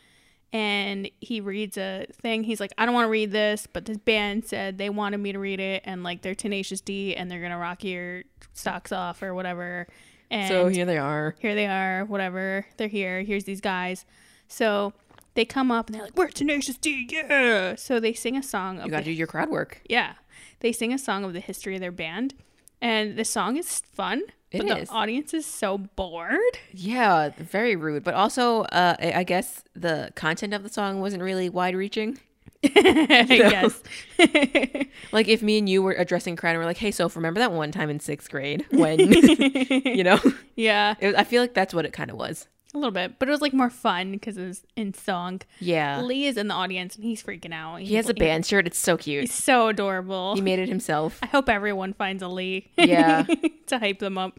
S1: And he reads a thing. He's like, I don't want to read this, but this band said they wanted me to read it. And like, they're Tenacious D and they're going to rock your socks off or whatever. And
S2: so here they are.
S1: here they are, whatever. They're here. Here's these guys. So they come up and they're like, We're Tenacious D, yeah. So they sing a song. Of
S2: You
S1: the-
S2: gotta do your crowd work.
S1: yeah. They sing a song of the history of their band. And the song is fun, but
S2: It
S1: the
S2: is.
S1: audience is so bored.
S2: Yeah, very rude. But also, uh, I I guess the content of the song wasn't really wide-reaching.
S1: I guess.
S2: Like if me and you were addressing crowd and we're like, "Hey, so remember that one time in sixth grade when you know?"
S1: yeah,
S2: It was, I feel like that's what it kind of was.
S1: a little bit. But it was like more fun because it was in song.
S2: Yeah,
S1: Lee is in the audience and he's freaking out.
S2: Uh. he has a band shirt. It's so cute.
S1: He's so adorable.
S2: He made it himself.
S1: I hope everyone finds a Lee.
S2: Yeah.
S1: to hype them up.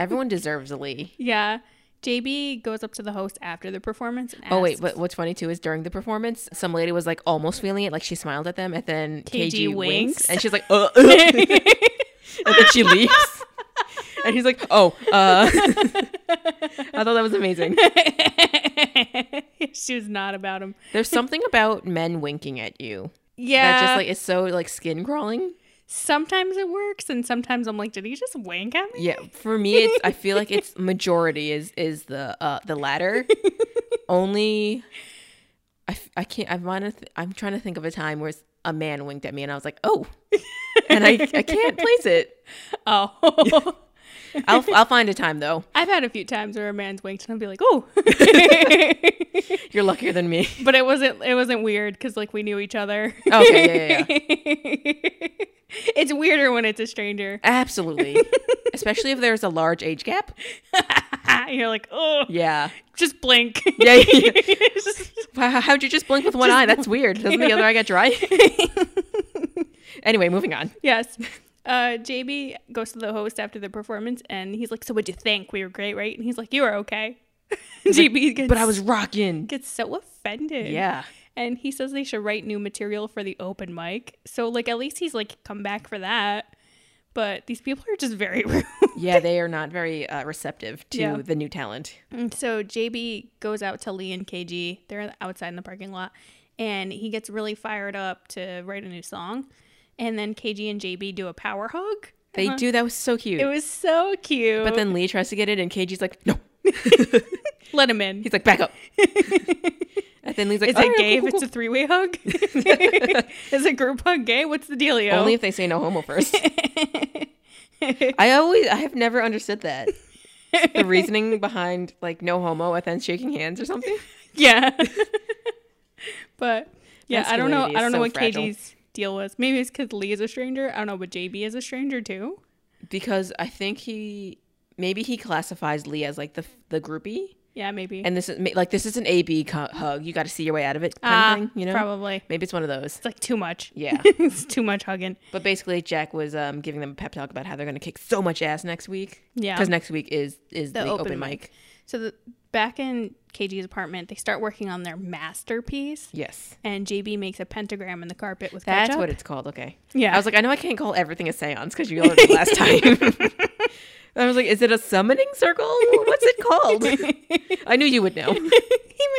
S2: Everyone deserves a Lee.
S1: Yeah. JB goes up to the host after the performance and asks,
S2: Oh wait, but what's funny too is during the performance, some lady was like almost feeling it, like she smiled at them, and then KG,
S1: KG winks.
S2: winks, and she's like, uh, uh," and then she leaves, and he's like, oh, uh. I thought that was amazing.
S1: she was not about him.
S2: There's something about men winking at you
S1: Yeah.
S2: that just like is so like skin crawling.
S1: sometimes it works and sometimes I'm like, did he just wink at me?
S2: Yeah, for me, it's I feel like it's majority is is the uh the latter. Only, I, f- I can't. I'm on. A th- I'm trying to think of a time where a man winked at me and I was like, oh, and I I can't place it.
S1: Oh.
S2: I'll f- I'll find a time though.
S1: I've had a few times where a man's winked and I'll be like, oh.
S2: You're luckier than me.
S1: but it wasn't it wasn't weird because like we knew each other.
S2: Oh, Okay, yeah,
S1: it's weirder when it's a stranger.
S2: Absolutely, especially if there's a large age gap.
S1: You're like, oh,
S2: Yeah.
S1: just blink.
S2: Yeah, yeah.
S1: It's just-
S2: Wow, how'd you just blink with one eye? That's weird. Doesn't the other eye get dry? anyway, moving on.
S1: Yes. Uh, JB goes to the host after the performance and he's like, So what'd you think? We were great, right? And he's like, You were okay. JB gets,
S2: But I was rocking.
S1: gets so offended.
S2: Yeah.
S1: And he says they should write new material for the open mic. So, like, at least he's like, Come back for that. But these people are just very rude.
S2: Yeah, they are not very uh, receptive to
S1: Yeah.
S2: the new talent.
S1: And Mm, so JB goes out to Lee and KG. They're outside in the parking lot, and he gets really fired up to write a new song. And then KG and JB do a power hug.
S2: They do. That was so cute.
S1: Uh-huh. It was so cute.
S2: but then Lee tries to get it, and KG's like, no.
S1: let him in.
S2: He's like, back up. and then Lee's like,
S1: Is it
S2: "Alright,
S1: gay
S2: cool,
S1: if it's
S2: cool,
S1: a three way hug? Is a group hug gay? What's the dealio?
S2: cool." only if they say no homo first. I always, I have never understood that. the reasoning behind like no homo and then shaking hands or something.
S1: yeah. but yeah, I don't know.
S2: Masculinity
S1: I
S2: is
S1: don't know
S2: so
S1: what
S2: fragile.
S1: KG's deal was. Maybe it's because Lee is a stranger. I don't know, but JB is a stranger too.
S2: Because I think he maybe he classifies Lee as like the the groupie,
S1: Yeah, maybe.
S2: and this is like this is an AB co- hug. You got to see your way out of it, kind
S1: Ah,
S2: of thing. You know,
S1: probably.
S2: maybe it's one of those.
S1: It's like too much.
S2: Yeah.
S1: it's too much hugging.
S2: But basically, Jack was um, giving them a pep talk about how they're going to kick so much ass next week.
S1: Yeah.
S2: because next week is is the, open, mic.
S1: So the, back in KG's apartment, they start working on their masterpiece,
S2: Yes,
S1: and JB makes a pentagram in the carpet with
S2: that's
S1: ketchup.
S2: what it's called. Okay.
S1: Yeah.
S2: I was like, I know I can't call everything a seance because you yelled at me last time. I was like, is it a summoning circle? What's it called? I knew you would know.
S1: he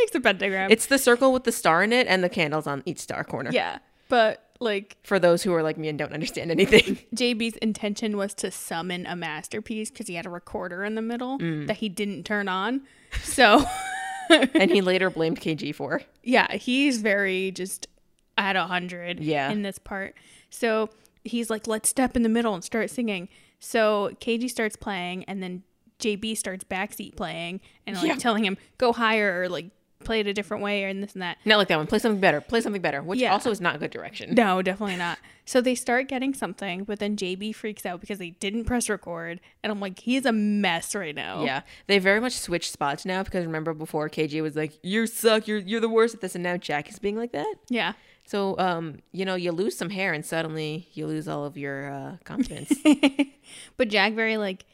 S1: makes a pentagram.
S2: It's the circle with the star in it and the candles on each star corner.
S1: yeah, but like
S2: For those who are like me and don't understand anything.
S1: JB's intention was to summon a masterpiece because he had a recorder in the middle
S2: Mm.
S1: that he didn't turn on. So,
S2: and he later blamed KG for.
S1: yeah, he's very just at a hundred.
S2: Yeah.
S1: in this part. So he's like, "Let's step in the middle and start singing." So KG starts playing, and then JB starts backseat playing and like
S2: Yeah.
S1: telling him, "Go higher," or like play it a different way, and this and that.
S2: Not like that one. Play something better. Play something better, which
S1: Yeah.
S2: also is not good direction.
S1: No, definitely not. So they start getting something, but then JB freaks out because they didn't press record. And I'm like, he is a mess right now.
S2: Yeah. They very much switched spots now because remember before KG was like, You suck, you're you're the worst at this, and now Jack is being like that.
S1: Yeah.
S2: So um, you know, you lose some hair and suddenly you lose all of your uh confidence.
S1: But Jack very like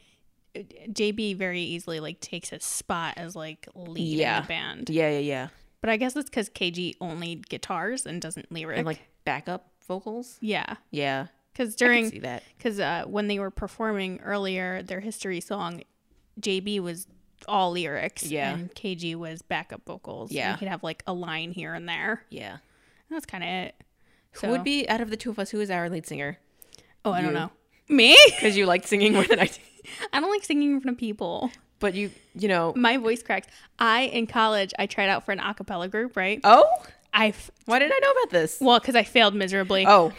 S1: JB very easily like takes his spot as like lead
S2: Yeah.
S1: in the band.
S2: yeah, yeah, yeah.
S1: But I guess it's because KG only guitars and doesn't lyric.
S2: and like backup vocals.
S1: yeah,
S2: Yeah,
S1: because
S2: I can see
S1: during
S2: that.
S1: because uh, when they were performing earlier their history song, JB was all lyrics.
S2: Yeah.
S1: and KG was backup vocals. and
S2: Yeah.
S1: he could have like a line here and there.
S2: Yeah,
S1: That's kind of it.
S2: who would be out of the two of us? Who is our lead singer?
S1: Oh, I don't
S2: you?
S1: know. Me?
S2: Because you liked singing more than I did.
S1: I don't like singing in front of people.
S2: But you, you know,
S1: My voice cracks. I in college, I tried out for an a cappella group, right?
S2: oh,
S1: I f-
S2: why did I know about this?
S1: well, because I failed miserably.
S2: Oh,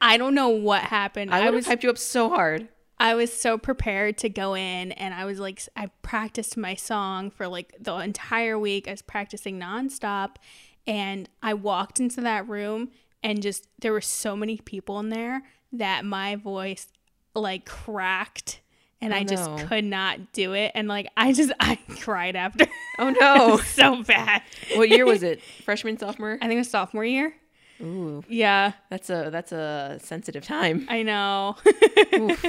S1: I don't know what happened. I,
S2: I would
S1: was
S2: have hyped you up so hard.
S1: I was so prepared to go in, and I was like, s- I practiced my song for like the entire week. I was practicing nonstop, and I walked into that room, and just there were so many people in there that my voice like cracked. And I just
S2: no.
S1: could not do it. And like, I just, I cried after.
S2: Oh no,
S1: so bad.
S2: what year was it? Freshman, sophomore.
S1: I think it was sophomore year.
S2: Ooh,
S1: Yeah,
S2: that's a that's a sensitive time.
S1: I know. it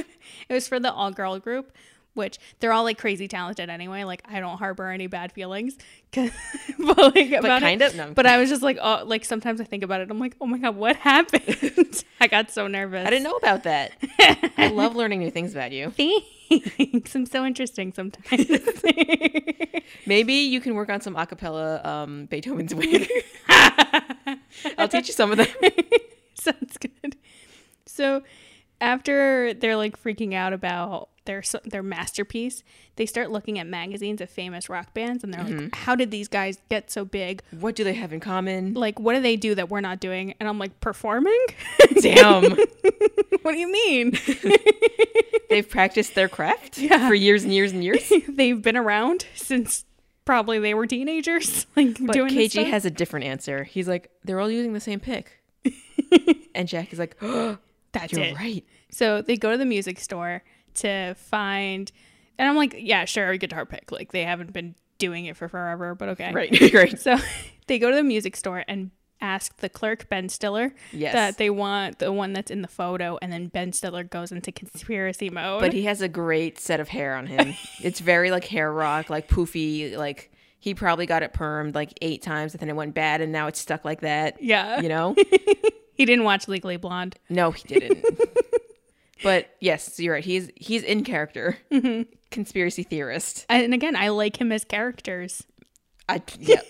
S1: was for the all girl group, which they're all like crazy talented anyway. Like I don't harbor any bad feelings, 'cause- but like about
S2: kind
S1: it.
S2: of, no.
S1: But I was just like, oh, like sometimes I think about it. I'm like, oh my god, what happened? I got so nervous.
S2: I didn't know about that. I love learning new things about you.
S1: Thanks. I'm so interesting sometimes.
S2: Maybe you can work on some acapella um, Beethoven's wig. I'll teach you some of them.
S1: Sounds good. So after they're like freaking out about their s- their masterpiece, they start looking at magazines of famous rock bands, and they're like,
S2: Mm-hmm.
S1: "How did these guys get so big?
S2: What do they have in common?
S1: Like, what do they do that we're not doing?" And I'm like, "Performing?
S2: Damn.
S1: what do you mean?
S2: They've practiced their craft
S1: Yeah.
S2: for years and years and years.
S1: They've been around since probably they were teenagers, like
S2: But
S1: doing this
S2: KG
S1: stuff.
S2: has a different answer. He's like, they're all using the same pick. and Jack is like, oh,
S1: That's
S2: you're
S1: it.
S2: right.
S1: So they go to the music store to find, and I'm like, "Yeah, sure, a guitar pick. Like they haven't been." Doing it for forever, but okay.
S2: Right, right.
S1: So they go to the music store and ask the clerk Ben Stiller
S2: Yes.
S1: that they want the one that's in the photo, and then Ben Stiller goes into conspiracy mode.
S2: But he has a great set of hair on him. it's very like hair rock, like poofy, like he probably got it permed like eight times and then it went bad and now it's stuck like that.
S1: yeah,
S2: You know?
S1: he didn't watch Legally Blonde.
S2: No, he didn't. but yes, you're right. He's he's in character. Conspiracy theorist.
S1: And again, I like him as characters.
S2: I yeah.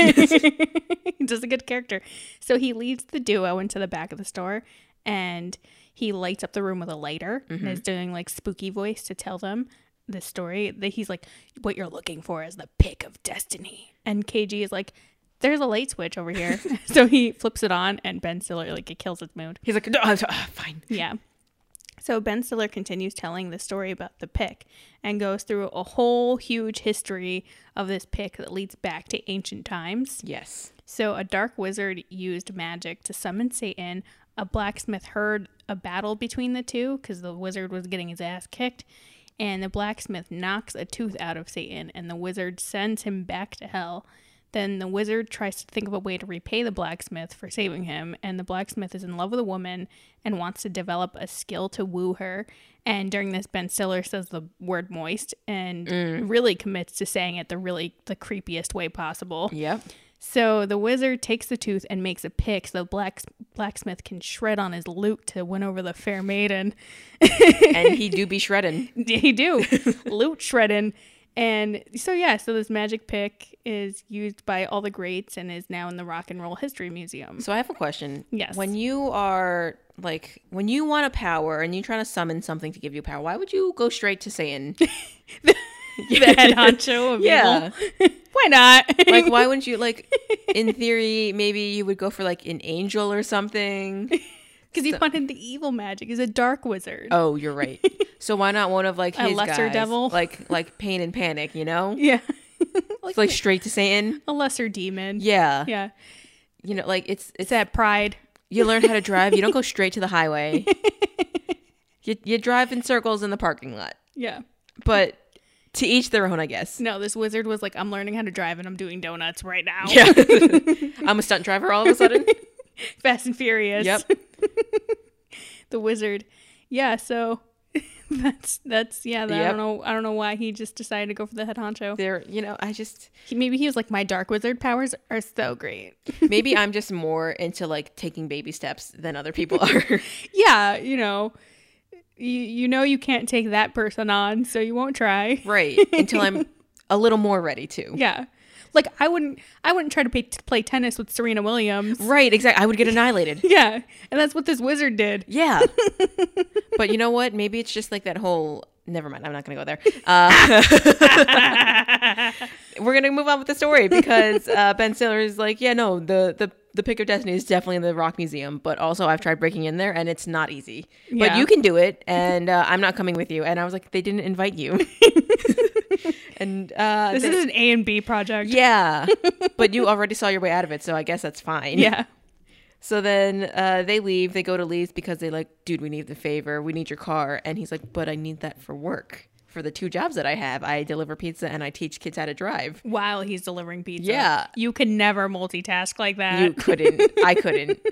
S1: He's just a good character. So he leads the duo into the back of the store, and he lights up the room with a lighter and is doing like spooky voice to tell them the story. That he's like, "What you're looking for is the pick of destiny." And KG is like, "There's a light switch over here." so he flips it on, and Ben Stiller like it kills his mood.
S2: He's like, no, I'm so- ah, uh, fine.
S1: Yeah. So Ben Stiller continues telling the story about the pick and goes through a whole huge history of this pick that leads back to ancient times.
S2: Yes.
S1: So a dark wizard used magic to summon Satan. A blacksmith heard a battle between the two because the wizard was getting his ass kicked. And the blacksmith knocks a tooth out of Satan, and the wizard sends him back to hell. Then the wizard tries to think of a way to repay the blacksmith for saving him, and the blacksmith is in love with a woman and wants to develop a skill to woo her. And during this, Ben Stiller says the word moist and really commits to saying it the really the creepiest way possible.
S2: Yep.
S1: So the wizard takes the tooth and makes a pick so the black, blacksmith can shred on his lute to win over the fair maiden.
S2: and he do be shredding.
S1: he do. lute shredding. And so, yeah, so this magic pick is used by all the greats and is now in the Rock and Roll History Museum.
S2: So I have a question.
S1: Yes.
S2: When you are like when you want a power and you're trying to summon something to give you power, why would you go straight to Satan?
S1: the head honcho of
S2: Yeah.
S1: evil. Why not?
S2: Like why wouldn't you like in theory maybe you would go for like an angel or something?
S1: Because he wanted the evil magic. He's a dark wizard.
S2: Oh, you're right. So why not one of like
S1: A
S2: his
S1: lesser
S2: guys?
S1: devil?
S2: Like like pain and panic, you know?
S1: Yeah.
S2: It's like straight to Satan.
S1: a lesser demon.
S2: Yeah.
S1: Yeah.
S2: You know, like it's it's
S1: It's that pride.
S2: you learn how to drive, you don't go straight to the highway. you you drive in circles in the parking lot.
S1: Yeah.
S2: But to each their own, I guess.
S1: No, this wizard was like, I'm learning how to drive and I'm doing donuts right now.
S2: Yeah. I'm a stunt driver all of a sudden.
S1: Fast and Furious.
S2: yep.
S1: The wizard. Yeah, so that's that's yeah, that, I
S2: Yep.
S1: don't know I don't know why he just decided to go for the head honcho.
S2: There, you know, I just
S1: He, maybe he was like, My dark wizard powers are so great.
S2: maybe I'm just more into like taking baby steps than other people are.
S1: yeah, you know. You, you know you can't take that person on, so you won't try.
S2: right. Until I'm a little more ready to.
S1: Yeah. Like I wouldn't I wouldn't try to pay, to play tennis with Serena Williams.
S2: Right, exactly. I would get annihilated.
S1: Yeah. And that's what this wizard did.
S2: Yeah. but you know what? Maybe it's just like that whole. Never mind. I'm not going to go there. Uh, we're going to move on with the story because uh, Ben Stiller is like, yeah, no, the the the pick of destiny is definitely in the Rock Museum, but also I've tried breaking in there and it's not easy.
S1: Yeah.
S2: But you can do it, and uh, I'm not coming with you. And I was like, they didn't invite you. and uh,
S1: This
S2: they-
S1: is an A and B project.
S2: yeah, but you already saw your way out of it, so I guess that's fine.
S1: Yeah.
S2: So then uh, they leave. They go to leave because they like, dude, we need the favor. We need your car. And he's like, but I need that for work. For the two jobs that I have, I deliver pizza and I teach kids how to drive.
S1: while he's delivering pizza.
S2: Yeah.
S1: You can never multitask like that.
S2: You couldn't. I couldn't.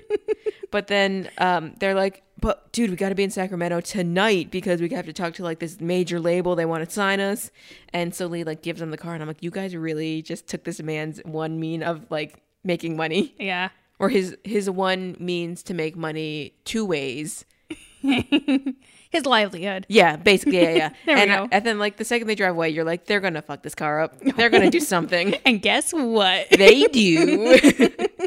S2: But then um, they're like, but dude, we got to be in Sacramento tonight because we have to talk to like this major label. They want to sign us. And so Lee like gives them the car. And I'm like, you guys really just took this man's one mean of like making money.
S1: yeah.
S2: or his his one means to make money two ways.
S1: His livelihood.
S2: Yeah, basically, yeah, yeah.
S1: There we
S2: and,
S1: go.
S2: and then like the second they drive away, you're like, they're gonna fuck this car up. They're gonna do something.
S1: And guess what?
S2: they do.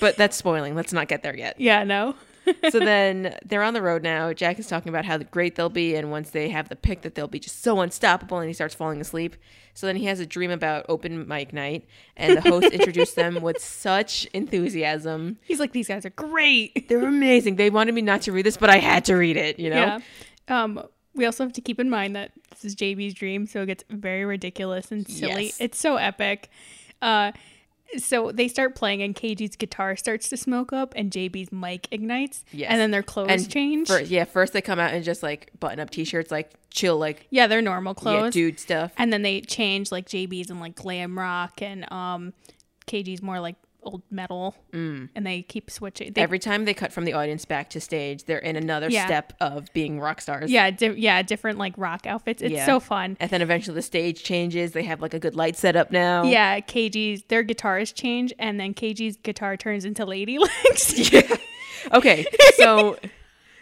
S2: but that's spoiling. Let's not get there yet.
S1: yeah, no.
S2: So then they're on the road now. Jack is talking about how great they'll be, and once they have the pick, that they'll be just so unstoppable. And he starts falling asleep. So then he has a dream about open mic night, and the host introduced them with such enthusiasm.
S1: He's like, these guys are great.
S2: They're amazing. They wanted me not to read this, but I had to read it, you know?
S1: Yeah. Um, we also have to keep in mind that this is JB's dream, so it gets very ridiculous and silly.
S2: Yes.
S1: It's so epic. Uh so they start playing and KG's guitar starts to smoke up and JB's mic ignites.
S2: Yes.
S1: And then their clothes change.
S2: fir- yeah, first they come out in just like button up t shirts, like chill, like
S1: yeah, their normal
S2: yeah,
S1: clothes.
S2: dude stuff.
S1: and then they change like JB's and like glam rock and um KG's more like old metal
S2: Mm.
S1: and they keep switching they,
S2: Every time they cut from the audience back to stage, they're in another
S1: Yeah.
S2: step of being rock stars.
S1: yeah di- yeah different like rock outfits it's
S2: Yeah.
S1: so fun
S2: And then eventually the stage changes. They have like a good light setup now.
S1: yeah KG's their guitars change and then KG's guitar turns into lady legs
S2: Yeah. okay. So,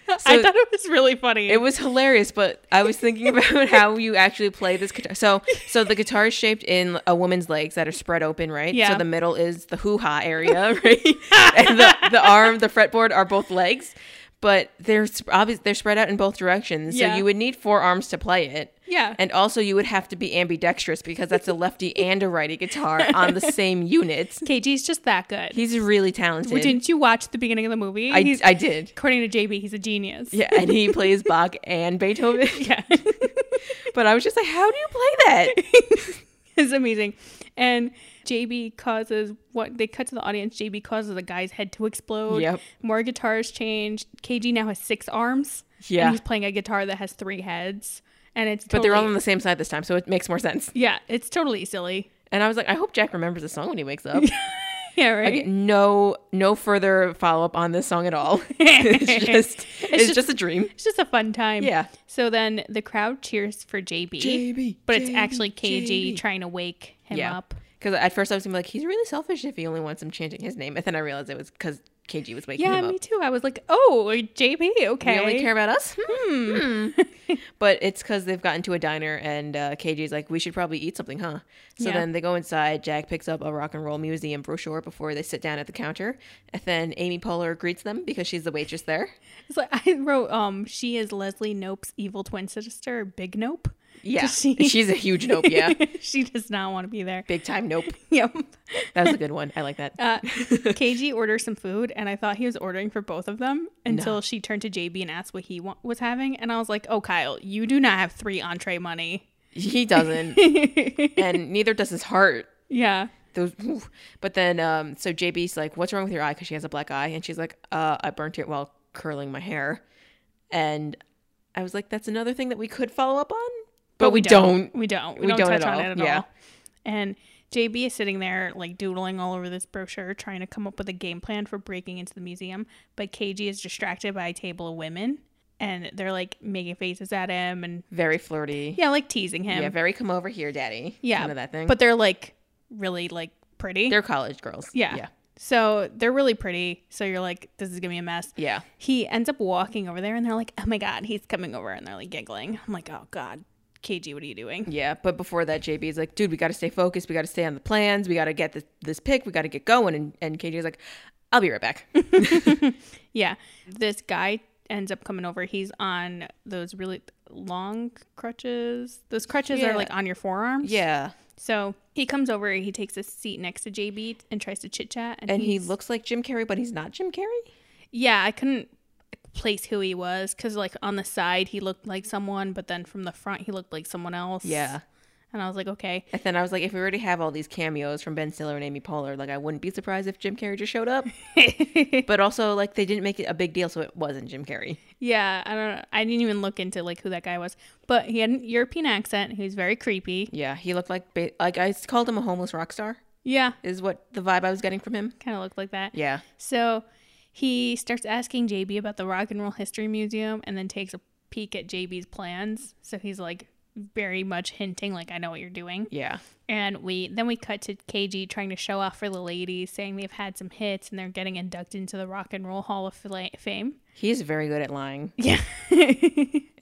S1: I
S2: so
S1: thought it was really funny
S2: it was hilarious, but I was thinking about how you actually play this guitar. So, so the guitar is shaped in a woman's legs that are spread open, right?
S1: Yeah.
S2: So the middle is the hoo ha area, right? and the, the arm, the fretboard are both legs, but they're obviously they're spread out in both directions.
S1: Yeah.
S2: So you would need four arms to play it.
S1: Yeah.
S2: And also, you would have to be ambidextrous because that's a lefty and a righty guitar on the same unit.
S1: KG's just that good.
S2: He's really talented.
S1: Well, didn't you watch the beginning of the movie?
S2: I,
S1: he's,
S2: I did.
S1: according to JB, he's a genius.
S2: Yeah, and he plays Bach and Beethoven.
S1: Yeah.
S2: But I was just like, how do you play that?
S1: it's amazing. And JB causes what they cut to the audience. JB causes a guy's head to explode.
S2: Yep.
S1: More guitars changed. KG now has six arms.
S2: Yeah.
S1: And he's playing a guitar that has three heads. And it's
S2: But they're all
S1: totally-
S2: on the same side this time, so it makes more sense.
S1: yeah, it's totally silly.
S2: And I was like, I hope Jack remembers the song when he wakes up.
S1: Yeah, right.
S2: Like, no, no further follow up on this song at all. it's just, it's,
S1: just-
S2: just, a dream.
S1: It's just a fun time.
S2: Yeah.
S1: So then the crowd cheers for JB,
S2: JB,
S1: but it's actually
S2: JB.
S1: KG trying to wake him
S2: Yeah.
S1: up.
S2: Because at first I was gonna be like, he's really selfish if he only wants him chanting his name, and then I realized it was because KG was waking
S1: Yeah,
S2: him up.
S1: me too. I was like, oh, JB, okay.
S2: They only care about us. Hmm. but it's because they've gotten to a diner and uh, KG's like, we should probably eat something, huh? So
S1: Yeah.
S2: then they go inside. Jack picks up a rock and roll museum brochure before they sit down at the counter. And then Amy Poehler greets them because she's the waitress there.
S1: It's like I wrote, um, she is Leslie Nope's evil twin sister, Big Nope.
S2: Yeah.
S1: Does she-
S2: She's a huge nope. Yeah.
S1: she does not want to be there.
S2: Big time nope.
S1: Yep.
S2: That was a good one. I like that.
S1: Uh, KG orders some food, and I thought he was ordering for both of them until she turned to JB and asked what he wa- was having, and I was like, "Oh, Kyle, you do not have three entree money."
S2: He doesn't. and neither does his heart.
S1: Yeah.
S2: Those, oof. but then, um, so JB's like, "What's wrong with your eye?" Because she has a black eye, and she's like, "Uh, I burnt it while curling my hair," and I was like, "That's another thing that we could follow up on, but, we don't."
S1: We don't. We,
S2: We
S1: don't,
S2: don't
S1: touch
S2: at
S1: on
S2: all.
S1: it at
S2: Yeah.
S1: all. And JB is sitting there, like doodling all over this brochure, trying to come up with a game plan for breaking into the museum. But KG is distracted by a table of women, and they're like making faces at him and
S2: Very flirty.
S1: yeah, like teasing him.
S2: Yeah, very come over here, daddy.
S1: Yeah,
S2: kind of that thing.
S1: But they're like really like pretty.
S2: they're college girls.
S1: yeah.
S2: yeah,
S1: So they're really pretty. So you're like, this is gonna be a mess.
S2: yeah.
S1: He ends up walking over there, and they're like, oh my god, he's coming over, and they're like giggling. I'm like, oh god, KG, what are you doing?
S2: Yeah, but before that, JB's like, dude, we got to stay focused. We got to stay on the plans. We got to get this, this pick. We got to get going. And, and KJ's like, I'll be right back.
S1: Yeah. This guy ends up coming over. He's on those really long crutches. Those crutches
S2: Yeah.
S1: are like on your forearms.
S2: yeah.
S1: So he comes over, he takes a seat next to JB and tries to chit chat. And,
S2: And he
S1: he's-
S2: looks like Jim Carrey, but he's not Jim Carrey.
S1: Yeah, I couldn't place who he was because, like, on the side, he looked like someone, but then from the front, he looked like someone else. And I was like, okay.
S2: And then I was like, if we already have all these cameos from Ben Stiller and Amy Poehler, like I wouldn't be surprised if Jim Carrey just showed up. but also, like they didn't make it a big deal, so it wasn't Jim Carrey.
S1: Yeah, I don't know. I didn't even look into, like, who that guy was. But he had a European accent. He was very creepy.
S2: Yeah, he looked like ba- like I called him a homeless rock star.
S1: Yeah,
S2: Is what the vibe I was getting from him.
S1: kind of looked like that.
S2: Yeah,
S1: So he starts asking JB about the Rock and Roll History Museum and then takes a peek at JB's plans. So he's like very much hinting like I know what you're doing.
S2: yeah,
S1: And we then we cut to KG trying to show off for the ladies saying they've had some hits and they're getting inducted into the Rock and Roll Hall of Fla- Fame.
S2: he's very good at lying,
S1: Yeah.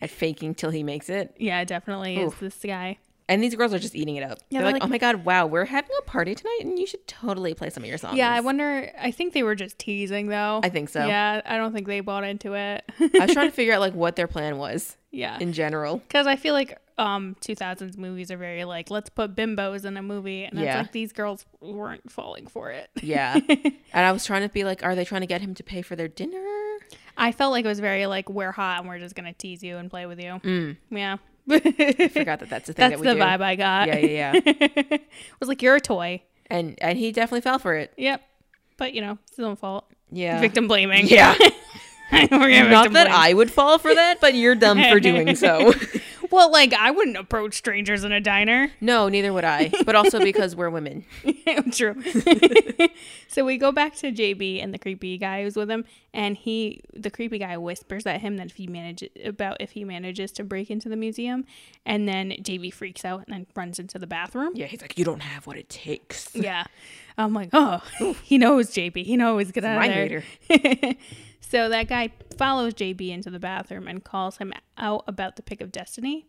S2: at faking till he makes it.
S1: yeah, definitely is this guy.
S2: And these girls are just eating it up.
S1: Yeah,
S2: they're
S1: they're
S2: like,
S1: like-
S2: oh my god, wow, we're having a party tonight, and you should totally play some of your songs.
S1: Yeah, I wonder I think they were just teasing though.
S2: I think so.
S1: Yeah, I don't think they bought into it.
S2: I was trying to figure out like what their plan was
S1: yeah.
S2: in general.
S1: Because I feel like um 2000s movies are very like let's put bimbos in a movie, and it's
S2: Yeah.
S1: like these girls weren't falling for it.
S2: Yeah. and I was trying to be like, are they trying to get him to pay for their dinner?
S1: I felt like it was very like we're hot and we're just gonna tease you and play with you. Yeah,
S2: Forgot Mm. that that's the thing
S1: that's
S2: that we
S1: the
S2: do.
S1: vibe I got.
S2: Yeah, yeah, yeah.
S1: it was like you're a toy.
S2: and and he definitely fell for it.
S1: Yep, but you know it's his own fault.
S2: Yeah.
S1: Victim blaming.
S2: Uh, Yeah.
S1: We're gonna
S2: Not
S1: victim
S2: that
S1: blame.
S2: I would fall for that, but you're dumb for doing so.
S1: Well, like I wouldn't approach strangers in a diner.
S2: no, neither would I. But also because we're women.
S1: True. so we go back to JB and the creepy guy who's with him, and he, the creepy guy, whispers at him that if he manages about if he manages to break into the museum, and then JB freaks out and then runs into the bathroom.
S2: Yeah, he's like, you don't have what it takes.
S1: Yeah, I'm like, oh, he knows JB. He knows get out
S2: Mind
S1: of
S2: reader.
S1: there. so that guy follows JB into the bathroom and calls him out about the pick of destiny.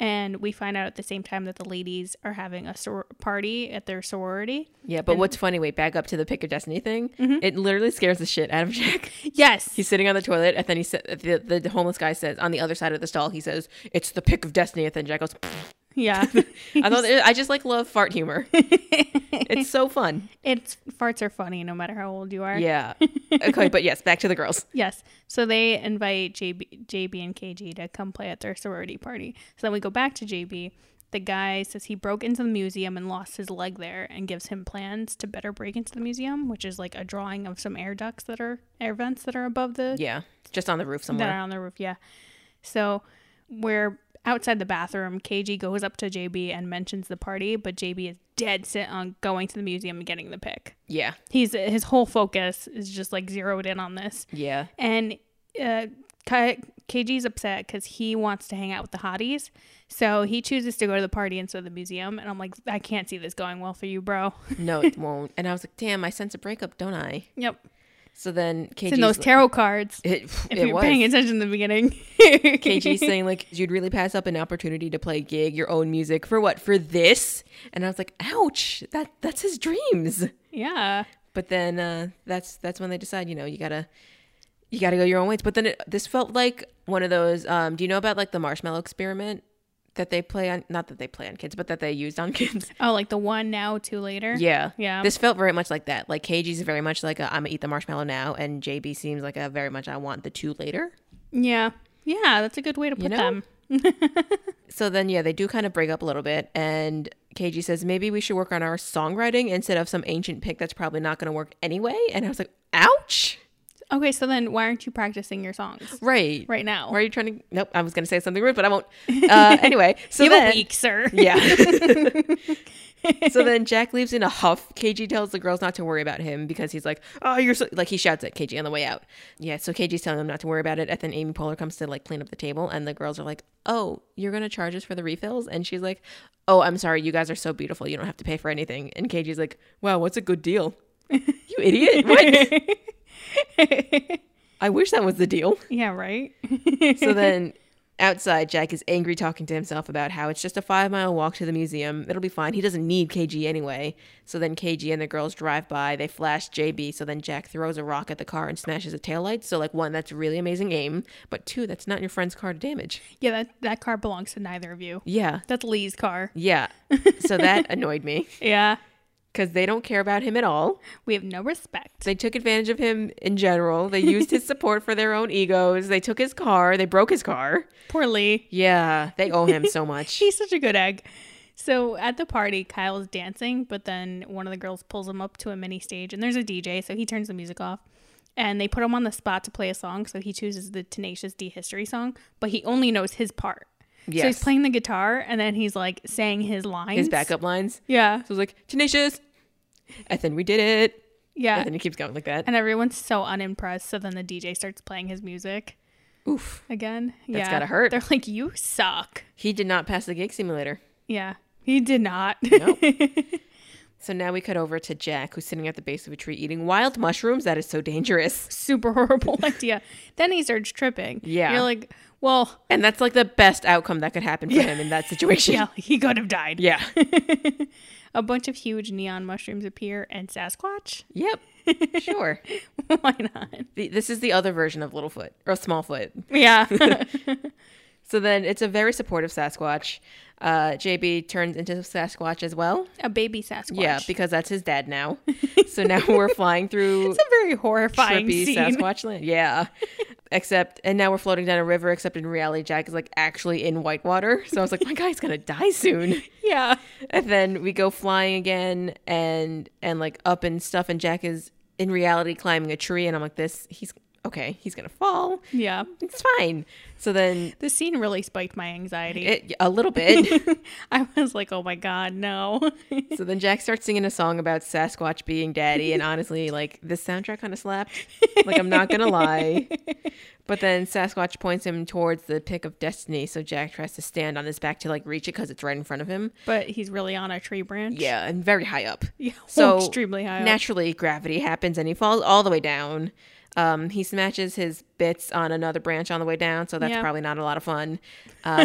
S1: and we find out at the same time that the ladies are having a sor- party at their sorority.
S2: Yeah, but what's funny, wait, back up to the pick your destiny thing. It literally scares the shit out of Jack.
S1: Yes.
S2: He's sitting on the toilet, and then he sa- the, the homeless guy says, on the other side of the stall, he says, it's the pick of destiny. And then Jack goes,
S1: Yeah.
S2: I thought, I just like love fart humor. it's so fun.
S1: it's farts are funny no matter how old you are.
S2: Yeah. Okay, but yes, back to the girls.
S1: Yes. So they invite JB, JB and KG to come play at their sorority party. So then we go back to JB. The guy says he broke into the museum and lost his leg there and gives him plans to better break into the museum, which is like a drawing of some air ducts that are air vents that are above the
S2: Yeah. Just on the roof
S1: that
S2: somewhere.
S1: are on the roof. Yeah. So we're outside the bathroom. KG goes up to JB and mentions the party, but JB is dead set on going to the museum and getting the pick.
S2: Yeah.
S1: He's his whole focus is just like zeroed in on this.
S2: Yeah.
S1: And uh, K- KG's upset because he wants to hang out with the hotties. So he chooses to go to the party instead of the museum. And I'm like, I can't see this going well for you, bro.
S2: No, it won't. And I was like, damn, I sense a breakup, don't I?
S1: Yep.
S2: So then KG's
S1: It's in those
S2: like-
S1: tarot cards.
S2: it,
S1: If
S2: it
S1: you're
S2: was.
S1: paying attention in the beginning.
S2: KG saying like you'd really pass up an opportunity to play gig your own music for what for this and I was like ouch that that's his dreams
S1: Yeah.
S2: but then uh, that's that's when they decide you know you gotta you gotta go your own ways but then it, this felt like one of those um, do you know about like the marshmallow experiment that they play on not that they play on kids but that they used on kids
S1: Oh, like the one now, two later.
S2: yeah
S1: Yeah.
S2: this felt very much like that like KG's very much like i am I'm gonna eat the marshmallow now and JB seems like a very much I want the two later
S1: yeah. Yeah. That's a good way to put
S2: know?
S1: them.
S2: So then, yeah, they do kind of break up a little bit. And KG says, maybe we should work on our songwriting instead of some ancient pick that's probably not going to work anyway. And I was like, ouch.
S1: Okay. So then why aren't you practicing your songs
S2: Right.
S1: right now?
S2: Why are you trying to? Nope, I was going to say something rude, but I won't. Uh, anyway, so
S1: Give
S2: then.
S1: a week, sir.
S2: Yeah. so then Jack leaves in a huff. KG tells the girls not to worry about him because he's like, "Oh, you're so like he shouts at KG on the way out." Yeah, so KG's telling them not to worry about it. And then Amy Poehler comes to like clean up the table, and the girls are like, "Oh, you're gonna charge us for the refills?" And she's like, "Oh, I'm sorry. You guys are so beautiful. You don't have to pay for anything." And KG's like, "Wow, what's a good deal? you idiot! What? I wish that was the deal."
S1: yeah. Right.
S2: so then outside jack is angry talking to himself about how it's just a five mile walk to the museum it'll be fine he doesn't need kg anyway so then kg and the girls drive by they flash jb so then jack throws a rock at the car and smashes a taillight so like one that's really amazing aim but two that's not your friend's car to damage
S1: yeah. That, that car belongs to neither of you.
S2: yeah
S1: That's Lee's car.
S2: yeah so that annoyed me
S1: Yeah.
S2: because they don't care about him at all
S1: We have no respect.
S2: they took advantage of him in general they used his support for their own egos they took his car they broke his car
S1: Poor Lee.
S2: yeah they owe him so much
S1: He's such a good egg. So at the party, Kyle's dancing, but then one of the girls pulls him up to a mini stage, and there's a DJ, so he turns the music off. And they put him on the spot to play a song, so he chooses the Tenacious D history song, but he only knows his part. So he's
S2: Yes.
S1: playing the guitar, and then he's like saying his lines.
S2: his backup lines
S1: Yeah.
S2: So I was like, tenacious. And then we did it. And
S1: Yeah.
S2: then it keeps going like that.
S1: And everyone's so unimpressed. So then the DJ starts playing his music
S2: Oof.
S1: again. Yeah.
S2: That's gotta hurt.
S1: They're like, you suck.
S2: He did not pass the gig simulator.
S1: Yeah. He did not.
S2: Nope. so now we cut over to Jack, who's sitting at the base of a tree eating wild mushrooms. That is so dangerous.
S1: super horrible idea. Then he starts tripping.
S2: Yeah.
S1: You're like, well,
S2: And that's like the best outcome that could happen for him in that situation.
S1: yeah, he could have died.
S2: Yeah.
S1: A bunch of huge neon mushrooms appear and Sasquatch?
S2: yep. Sure.
S1: Why not?
S2: The, this is the other version of Littlefoot or Smallfoot.
S1: Yeah.
S2: So then it's a very supportive Sasquatch. Uh, JB turns into Sasquatch as well.
S1: a baby Sasquatch.
S2: Yeah, because that's his dad now. so now we're flying through.
S1: it's a very horrifying
S2: trippy
S1: scene.
S2: Sasquatch land. Yeah. except, and now we're floating down a river, except in reality, Jack is like actually in whitewater. So I was like, my guy's going to die soon.
S1: Yeah.
S2: And then we go flying again and, and like up and stuff. And Jack is in reality climbing a tree. And I'm like, this, he's okay. He's going to fall.
S1: Yeah.
S2: It's fine. So then
S1: This scene really spiked my anxiety.
S2: it, a little bit.
S1: I was like, oh my God, no.
S2: so then Jack starts singing a song about Sasquatch being daddy. And honestly, like this soundtrack kind of slapped. Like, I'm not going to lie. But then Sasquatch points him towards the pick of destiny, so Jack tries to stand on his back to like reach it because it's right in front of him.
S1: but he's really on a tree branch.
S2: Yeah, and very high up.
S1: Yeah.
S2: So
S1: extremely high. up.
S2: Naturally, gravity happens and he falls all the way down. Um, he smashes his bits on another branch on the way down, so that's
S1: Yeah.
S2: probably not a lot of fun. Uh,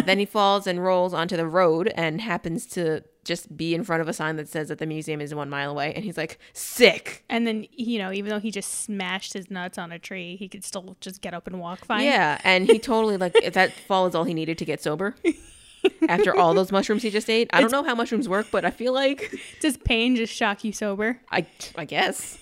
S2: then he falls and rolls onto the road and happens to just be in front of a sign that says that the museum is one mile away. And he's like, sick.
S1: And then, you know, even though he just smashed his nuts on a tree, he could still just get up and walk fine.
S2: Yeah. And he totally, like, if that fall is all he needed to get sober after all those mushrooms he just ate. I don't know how mushrooms work, but I feel like,
S1: Does pain just shock you sober?
S2: I, I guess.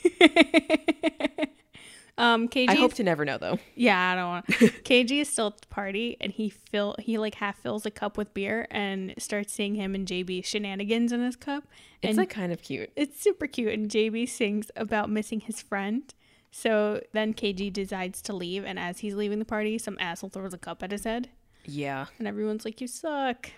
S1: Um, KG.
S2: I hope to never know, though.
S1: Yeah, I don't want. KG is still at the party, and he fill he like half fills a cup with beer, and starts seeing him and JB shenanigans in his cup.
S2: It's,
S1: and
S2: like, kind of cute.
S1: It's super cute, and JB sings about missing his friend. So then KG decides to leave, and as he's leaving the party, some asshole throws a cup at his head,
S2: Yeah.
S1: and everyone's like, "You suck."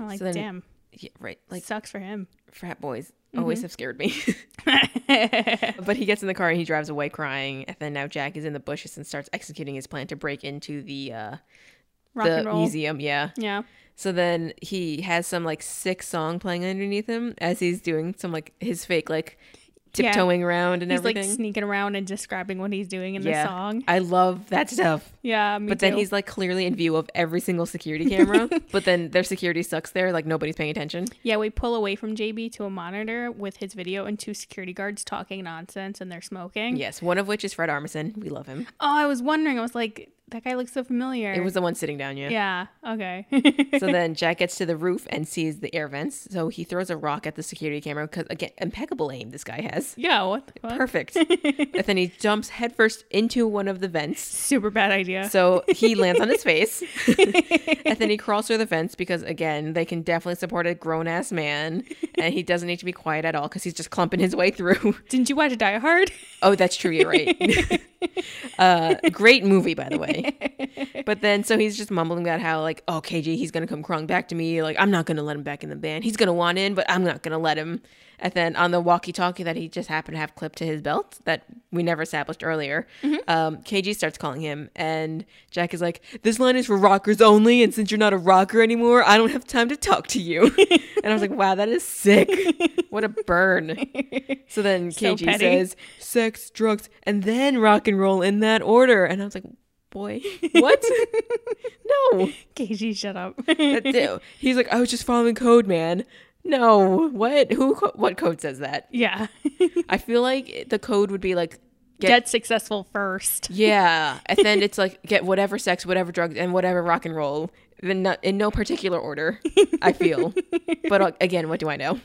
S1: I'm like,
S2: So then-
S1: "Damn,
S2: Yeah, right. Like,
S1: sucks for him."
S2: frat boys
S1: Mm-hmm.
S2: always have scared me. but he gets in the car and he drives away crying. And then now Jack is in the bushes and starts executing his plan to break into the uh,
S1: Rock
S2: the
S1: and roll.
S2: museum. Yeah.
S1: Yeah,
S2: So then he has some like sick song playing underneath him as he's doing some like his fake like
S1: Yeah.
S2: tiptoeing around and
S1: he's
S2: everything.
S1: like sneaking around and describing what he's doing in
S2: Yeah.
S1: the song.
S2: I love that stuff.
S1: Yeah, me
S2: But then
S1: too.
S2: he's like clearly in view of every single security camera. but then their security sucks there. Like nobody's paying attention.
S1: Yeah, we pull away from JB to a monitor with his video and two security guards talking nonsense and they're smoking.
S2: Yes. One of which is Fred Armisen. We love him.
S1: Oh, I was wondering. I was like, that guy looks so familiar.
S2: It was the one sitting down. Yeah.
S1: Yeah. Okay.
S2: so then Jack gets to the roof and sees the air vents. So he throws a rock at the security camera because, again, impeccable aim this guy has.
S1: yeah. What the fuck?
S2: Perfect. and then he jumps headfirst into one of the vents.
S1: Super bad idea.
S2: So he lands on his face. and then he crawls through the fence because, again, they can definitely support a grown ass man. And he doesn't need to be quiet at all because he's just clumping his way through.
S1: Didn't you watch Die Hard?
S2: Oh, that's true. You're right. uh, great movie, by the way. But then, so he's just mumbling about how, like, oh, KG, he's going to come crawling back to me. Like, I'm not going to let him back in the band. He's going to want in, but I'm not going to let him. And then on the walkie talkie that he just happened to have clipped to his belt that we never established earlier, um, KG starts calling him. And Jack is like, this line is for rockers only. And since you're not a rocker anymore, I don't have time to talk to you. and I was like, wow, that is sick. What a burn. So then
S1: So
S2: KG
S1: petty.
S2: says sex, drugs, and then rock and roll in that order. And I was like, boy, what? no.
S1: KG, shut up.
S2: That- that- He's like, I was just following code, man. No. What? Who? Co- what code says that?
S1: yeah.
S2: I feel like it- the code would be like,
S1: Get,
S2: Get-
S1: successful first.
S2: yeah. And then it's like, get whatever sex, whatever drugs, and whatever rock and roll. Then no, in no particular order, I feel. but uh, again, what do I know?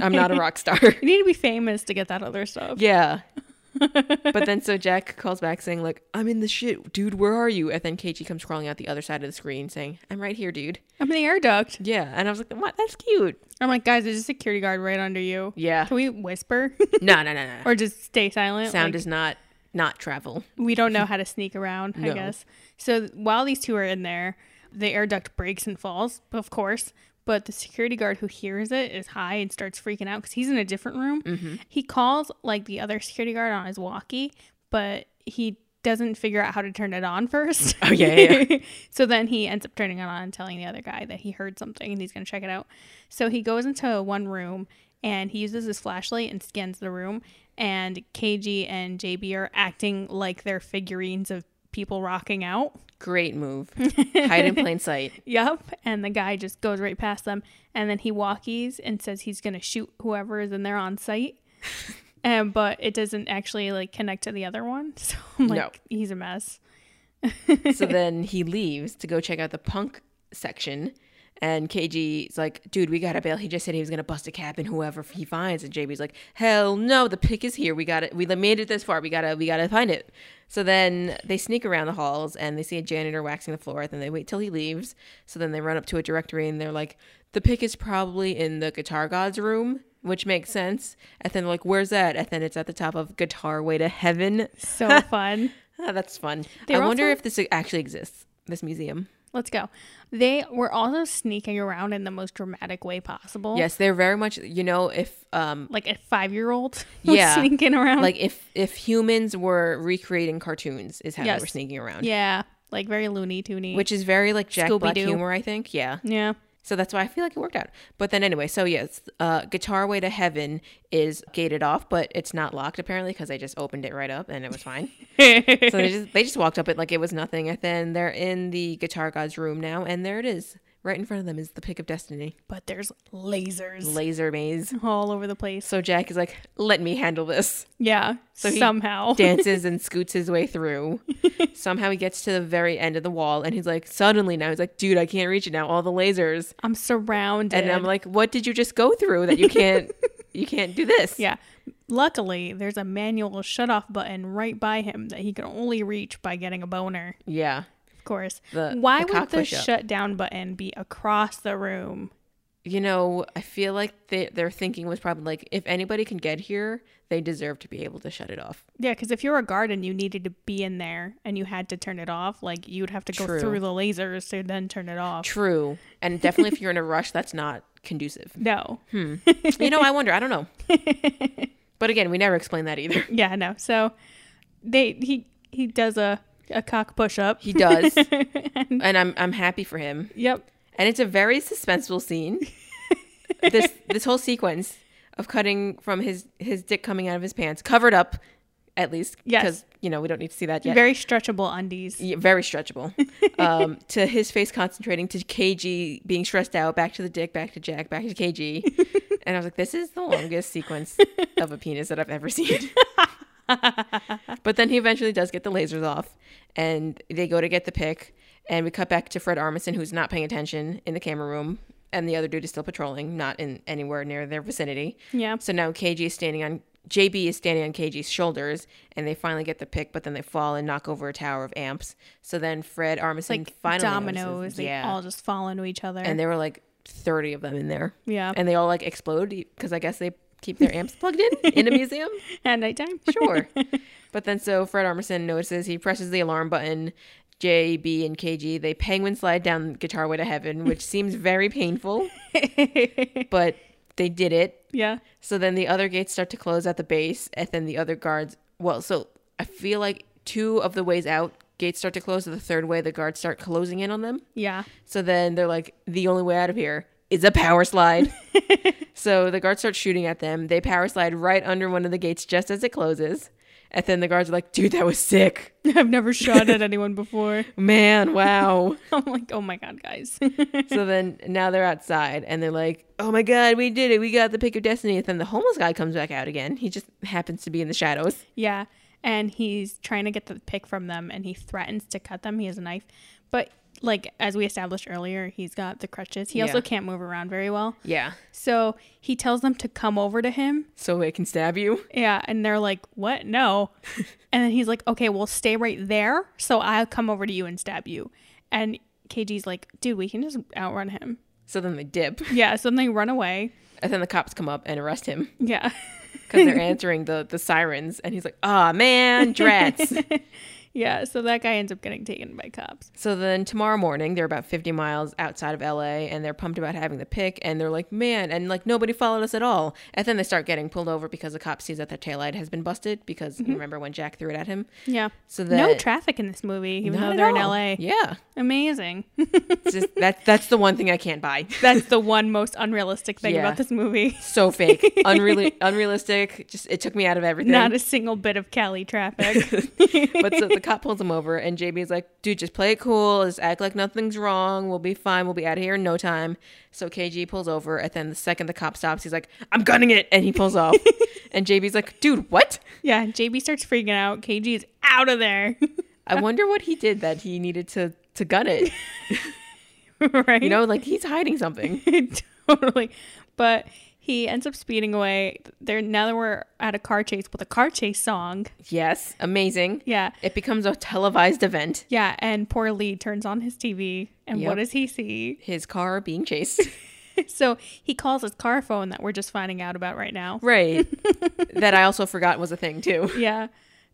S2: I'm not a rock star.
S1: You need to be famous to get that other stuff.
S2: Yeah. but then so Jack calls back saying like I'm in the shit, dude. Where are you? And then KG comes crawling out the other side of the screen saying I'm right here, dude.
S1: I'm in the air duct.
S2: Yeah, and I was like, what? That's cute.
S1: I'm like, guys, there's a security guard right under you.
S2: Yeah.
S1: Can we whisper
S2: No, no, no, no.
S1: or just stay silent?
S2: Sound
S1: Like-
S2: does not not travel.
S1: we don't know how to sneak around, I
S2: No.
S1: guess. So while these two are in there, the air duct breaks and falls, of course. But the security guard who hears it is high and starts freaking out because he's in a different room.
S2: Mm-hmm.
S1: He calls like the other security guard on his walkie, but he doesn't figure out how to turn it on first.
S2: Oh, yeah, yeah,
S1: so then he ends up turning it on and telling the other guy that he heard something and he's going to check it out. So he goes into one room and he uses his flashlight and scans the room. And KG and JB are acting like they're figurines of people rocking out.
S2: Great move. Hide in plain sight.
S1: Yup. And the guy just goes right past them. And then he walkies and says he's going to shoot whoever is in there on site. um, but it doesn't actually like connect to the other one. So I'm like,
S2: No.
S1: he's a mess.
S2: so then he leaves to go check out the punk section. And KG's like, dude, we gotta bail. He just said he was gonna bust a cap and whoever he finds. And JB's like, hell no, the pick is here. We got it. We made it this far. We gotta, we gotta find it. So then they sneak around the halls and they see a janitor waxing the floor. Then they wait till he leaves. So then they run up to a directory and they're like, the pick is probably in the guitar god's room, which makes sense. And then like, where's that? And then it's at the top of guitar way to heaven.
S1: So fun.
S2: Ah, that's fun.
S1: They're
S2: I wonder
S1: also-
S2: if this e, actually exists. This museum.
S1: Let's go. They were also sneaking around in the most dramatic way possible.
S2: Yes, they're very much. You know, if um,
S1: Like a five year old was
S2: Yeah.
S1: sneaking around.
S2: like if if humans were recreating cartoons, is how they were
S1: Yes.
S2: sneaking around.
S1: yeah. Like very loony toony.
S2: Which is very like Jack Black
S1: Scooby-Doo.
S2: humor, I think. Yeah.
S1: yeah.
S2: So that's why I feel like it worked out. But then anyway, so yes, uh, Guitar Way to Heaven is gated off, but it's not locked apparently because they just opened it right up and it was fine. so they just they just walked up it like it was nothing. And then they're in the Guitar God's room now, and there it is. Right in front of them is the pick of destiny,
S1: but there's lasers
S2: laser maze.
S1: all over the place.
S2: So Jack is like, "Let me handle this."
S1: Yeah.
S2: So he
S1: somehow.
S2: dances and scoots his way through. Somehow he gets to the very end of the wall and he's like, suddenly now he's like, dude, I can't reach it now. All the lasers.
S1: I'm surrounded.
S2: And I'm like, what did you just go through that you can't you can't do this?
S1: yeah. Luckily, there's a manual shut-off button right by him that he can only reach by getting a boner.
S2: Yeah.
S1: Of course.
S2: The-
S1: Why
S2: the
S1: would
S2: cock
S1: the
S2: push-up.
S1: shutdown button be across the room?
S2: You know, I feel like they, their thinking was probably like, if anybody can get here, they deserve to be able to shut it off.
S1: Yeah, because if you're a guard and you needed to be in there and you had to turn it off, like you'd have to go
S2: True.
S1: through the lasers to then turn it off.
S2: True. And definitely if you're in a rush, that's not conducive.
S1: No.
S2: Hmm. You know, I wonder, I don't know. But again, we never explain that either.
S1: Yeah, no. So they he he does a a cock push up.
S2: He does. and I'm I'm happy for him.
S1: yep.
S2: and it's a very suspenseful scene. this this whole sequence of cutting from his his dick coming out of his pants, covered up, at least,
S1: Yes.
S2: you know we don't need to see that yet.
S1: Very
S2: Very,
S1: stretchable undies.
S2: yeah, very stretchable. um, to his face concentrating, to KG being stressed out, back to the dick, back to Jack, back to KG, and I was like, this is the longest sequence of a penis that I've ever seen. but then he eventually does get the lasers off, and they go to get the pick. And we cut back to Fred Armisen, who's not paying attention in the camera room, and the other dude is still patrolling, not in anywhere near their vicinity.
S1: Yeah.
S2: So now KG is standing on JB is standing on KG's shoulders, and they finally get the pick, but then they fall and knock over a tower of amps. So then Fred Armisen
S1: Like
S2: finally
S1: dominoes.
S2: notices-
S1: They
S2: yeah,
S1: all just fall into each other.
S2: and there were like thirty of them in there,
S1: yeah.
S2: and they all like explode because I guess they keep their amps plugged in in a museum.
S1: At nighttime.
S2: Sure. but then so Fred Armisen notices he presses the alarm button. J, B, and KG, they penguin slide down Guitar Way to Heaven, which seems very painful, but they did it.
S1: yeah.
S2: So then the other gates start to close at the base, and then the other guards. Well, so I feel like two of the ways out, gates start to close, and the third way, the guards start closing in on them.
S1: Yeah.
S2: So then they're like, the only way out of here is a power slide. so the guards start shooting at them. They power slide right under one of the gates just as it closes. And then the guards are like, dude, that was sick.
S1: I've never shot at anyone before.
S2: Man, wow.
S1: I'm like, oh my god, guys.
S2: so then now they're outside and they're like, oh my God, we did it. We got the pick of destiny. And then the homeless guy comes back out again. He just happens to be in the shadows.
S1: yeah. And he's trying to get the pick from them and he threatens to cut them. He has a knife. But like as we established earlier, he's got the crutches. He also
S2: Yeah.
S1: can't move around very well.
S2: Yeah.
S1: So he tells them to come over to him.
S2: So it can stab you.
S1: Yeah. And they're like, what? No. and then he's like, okay, well, stay right there. So I'll come over to you and stab you. And KG's like, dude, we can just outrun him.
S2: So then they dip.
S1: Yeah. So then they run away.
S2: And then the cops come up and arrest him
S1: Yeah.
S2: because they're answering the, the sirens. And he's like, ah, man, drats.
S1: yeah. So that guy ends up getting taken by cops.
S2: So then tomorrow morning, they're about 50 miles outside of LA and they're pumped about having the pick. And they're like, man, and like nobody followed us at all. And then they start getting pulled over because the cop sees that their taillight has been busted because remember when Jack threw it at him?
S1: Yeah.
S2: So that.
S1: No traffic in this movie, even
S2: Not
S1: though
S2: at
S1: they're in
S2: all.
S1: LA.
S2: Yeah.
S1: Amazing.
S2: It's just, that, that's the one thing I can't buy.
S1: That's the one most unrealistic thing
S2: Yeah.
S1: about this movie.
S2: So fake, unreal, unrealistic. Just it took me out of everything.
S1: Not a single bit of Cali traffic.
S2: but so the cop pulls him over, and JB is like, "Dude, just play it cool. Just act like nothing's wrong. We'll be fine. We'll be out of here in no time." So KG pulls over, and then the second the cop stops, he's like, "I'm gunning it," and he pulls off. and JB's like, "Dude, what?
S1: yeah. JB starts freaking out. KG is out of there.
S2: I wonder what he did that he needed to to gun it.
S1: right?
S2: You know, like he's hiding something."
S1: totally. But he ends up speeding away. There now that we're at a car chase with a car chase song.
S2: Yes, amazing.
S1: Yeah.
S2: It becomes a televised event.
S1: Yeah, and poor Lee turns on his TV and what
S2: Yep.
S1: does he see?
S2: His car being chased.
S1: So he calls his car phone that we're just finding out about right now.
S2: right. that I also forgot was a thing too.
S1: Yeah.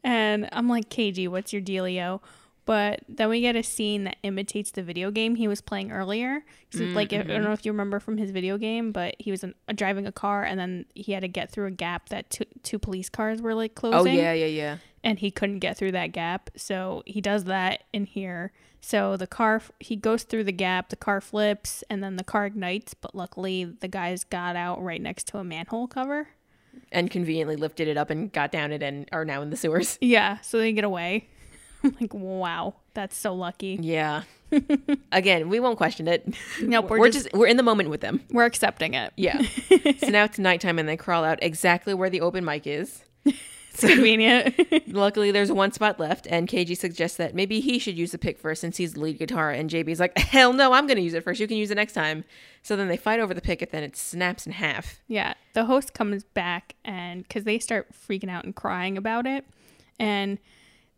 S1: And I'm like, KG, what's your dealio? But then we get a scene that imitates the video game he was playing earlier. 'Cause it's Like, I don't know if you remember from his video game, but he was an,
S2: Oh,
S1: driving a car and then he had to get through a gap that two, two police cars were like closing.
S2: yeah, yeah.
S1: and he couldn't get through that gap. So he does that in here. So the car, he goes through the gap, the car flips, and then the car ignites. But luckily, the guys got out right next to a manhole cover.
S2: and conveniently lifted it up and got down it and are now in the sewers.
S1: Yeah, so they get away. I'm like, wow, that's so lucky.
S2: Yeah. Again, we won't question it.
S1: Nope,
S2: we're, just, we're in the moment with them.
S1: we're accepting it.
S2: Yeah. so now it's nighttime and they crawl out exactly where the open mic is.
S1: It's convenient.
S2: Luckily, there's one spot left, and KG suggests that maybe he should use the pick first since he's the lead guitar. And JB's like, "Hell no, I'm going to use it first. You can use it next time." So then they fight over the pick, and then it snaps in half.
S1: yeah, the host comes back and because they start freaking out and crying about it, and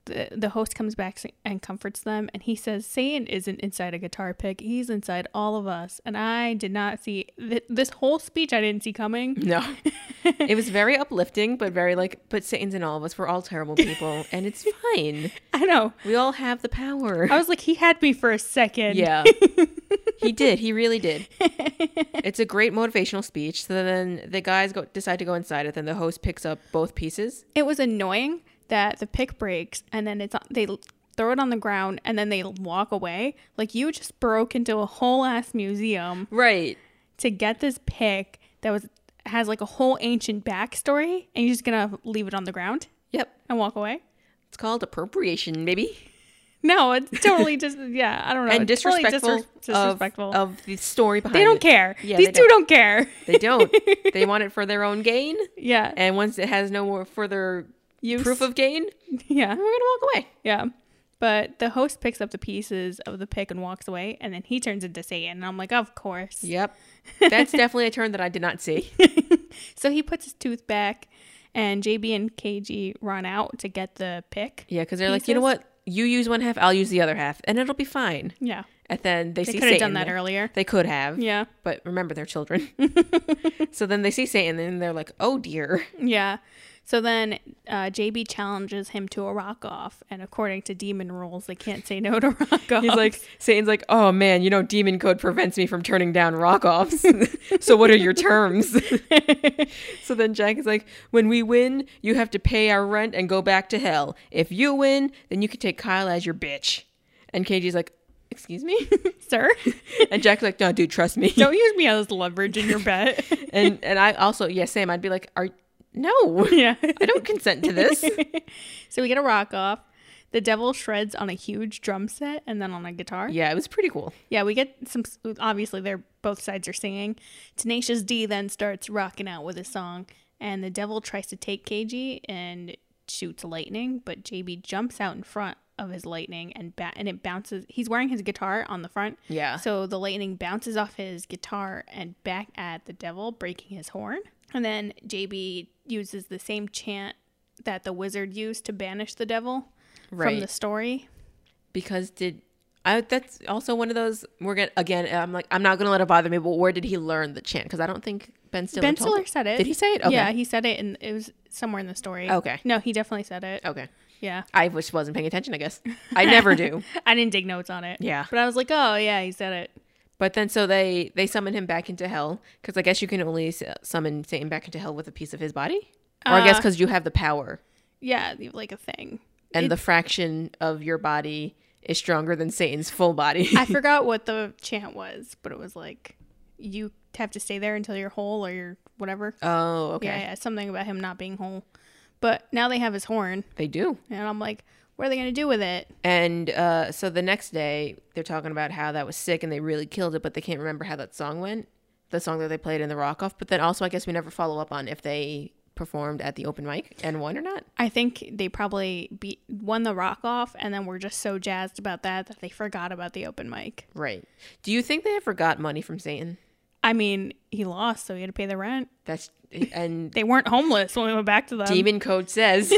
S1: the the host comes back s- and comforts them, and he says Satan isn't inside a guitar pick; he's inside all of us. And I did not see th- this whole speech; I didn't see coming.
S2: No, it was very uplifting, but very like, but Satan's in all of us. We're all terrible people, and it's fine.
S1: I know.
S2: We all have the power.
S1: I was like, he had me for a second.
S2: Yeah. he did. He really did. It's a great motivational speech. So then the guys go decide to go inside it. Then the host picks up both pieces.
S1: it was annoying that the pick breaks and then it's they l- throw it on the ground and then they walk away like you just broke into a whole ass museum
S2: Right.
S1: to get this pick that was has like a whole ancient backstory and you're just gonna leave it on the ground
S2: Yep.
S1: and walk away
S2: It's called appropriation, maybe.
S1: no it's totally just yeah i don't know
S2: and
S1: It's Oh, totally
S2: disrespectful,
S1: disres- disrespectful
S2: Of, of the story behind
S1: they don't
S2: it.
S1: care
S2: Yeah,
S1: these
S2: they
S1: two don't care
S2: They don't. they want it for their own gain.
S1: yeah
S2: And once it has no more further
S1: Use.
S2: proof of gain,
S1: yeah
S2: we're going to walk away.
S1: Yeah. But the host picks up the pieces of the pick and walks away, and then he turns into Satan. And I'm like, of course.
S2: Yep. That's definitely a turn that I did not see.
S1: So he puts his tooth back, and JB and KG run out to get the pick.
S2: Yeah, because they're like, you know
S1: Pieces?
S2: what? You use one half, I'll use the other half, and it'll be fine.
S1: Yeah.
S2: And then they,
S1: They
S2: see
S1: could have
S2: Satan.
S1: done that
S2: there.
S1: earlier.
S2: They could have.
S1: Yeah.
S2: But remember, they're children. so then they see Satan and they're like, oh dear.
S1: Yeah. So then uh, JB challenges him to a rock off. And according to demon rules, they can't say no to rock off.
S2: He's like, Satan's like, oh man, you know, demon code prevents me from turning down rock offs. so what are your terms? so then Jack is like, when we win, you have to pay our rent and go back to hell. If you win, then you can take Kyle as your bitch. And KG's like, excuse me?
S1: sir,
S2: and Jack's like, no, dude, trust me.
S1: don't use me as leverage in your bet.
S2: and and I also, yeah, Sam, I'd be like, are no,
S1: yeah.
S2: I don't consent to this.
S1: So we get a rock off. The devil shreds on a huge drum set and then on a guitar. Yeah,
S2: yeah, it was pretty cool.
S1: we get some. Obviously, they're both sides are singing. Tenacious D then starts rocking out with a song, and the devil tries to take KG and shoots lightning, but JB jumps out in front of his lightning and bat and it bounces. He's wearing his guitar on the front,
S2: Yeah.
S1: so the lightning bounces off his guitar and back at the devil, breaking his horn. And then JB uses the same chant that the wizard used to banish the devil from
S2: Right.
S1: the story.
S2: because did I that's also one of those we're gonna again I'm like I'm not gonna let it bother me, but where did he learn the chant? Because I don't think Ben Stiller
S1: Ben
S2: told
S1: Stiller
S2: it.
S1: said it.
S2: Did he say it? Okay.
S1: Yeah, he said it, and it was somewhere in the story.
S2: Okay. Oh.
S1: No, he definitely said it.
S2: Okay.
S1: Yeah.
S2: I just wasn't paying attention, I guess. I never do.
S1: I didn't take notes on it.
S2: Yeah.
S1: But I was like, oh, yeah, he said it.
S2: But then so they they summon him back into hell because I guess you can only s- summon Satan back into hell with a piece of his body, or I guess
S1: Uh.
S2: because you have the power
S1: Yeah, like a thing.
S2: and the fraction of your body is stronger than Satan's full body.
S1: I forgot what the chant was, but it was like, you have to stay there until you're whole or you're whatever.
S2: oh, okay.
S1: Yeah, yeah, something about him not being whole. But now they have his horn,
S2: They do.
S1: and I'm like, what are they gonna do with it?
S2: And uh, so the next day, they're talking about how that was sick and they really killed it, but they can't remember how that song went, the song that they played in the rock off. But then also, I guess we never follow up on if they performed at the open mic and won or not.
S1: I think they probably beat won the rock off, and then were just so jazzed about that that they forgot about the open mic.
S2: Right. Do you think they ever got money from Satan?
S1: I mean, he lost, so he had to pay the rent.
S2: That's and
S1: They weren't homeless when we went back to them.
S2: demon code says.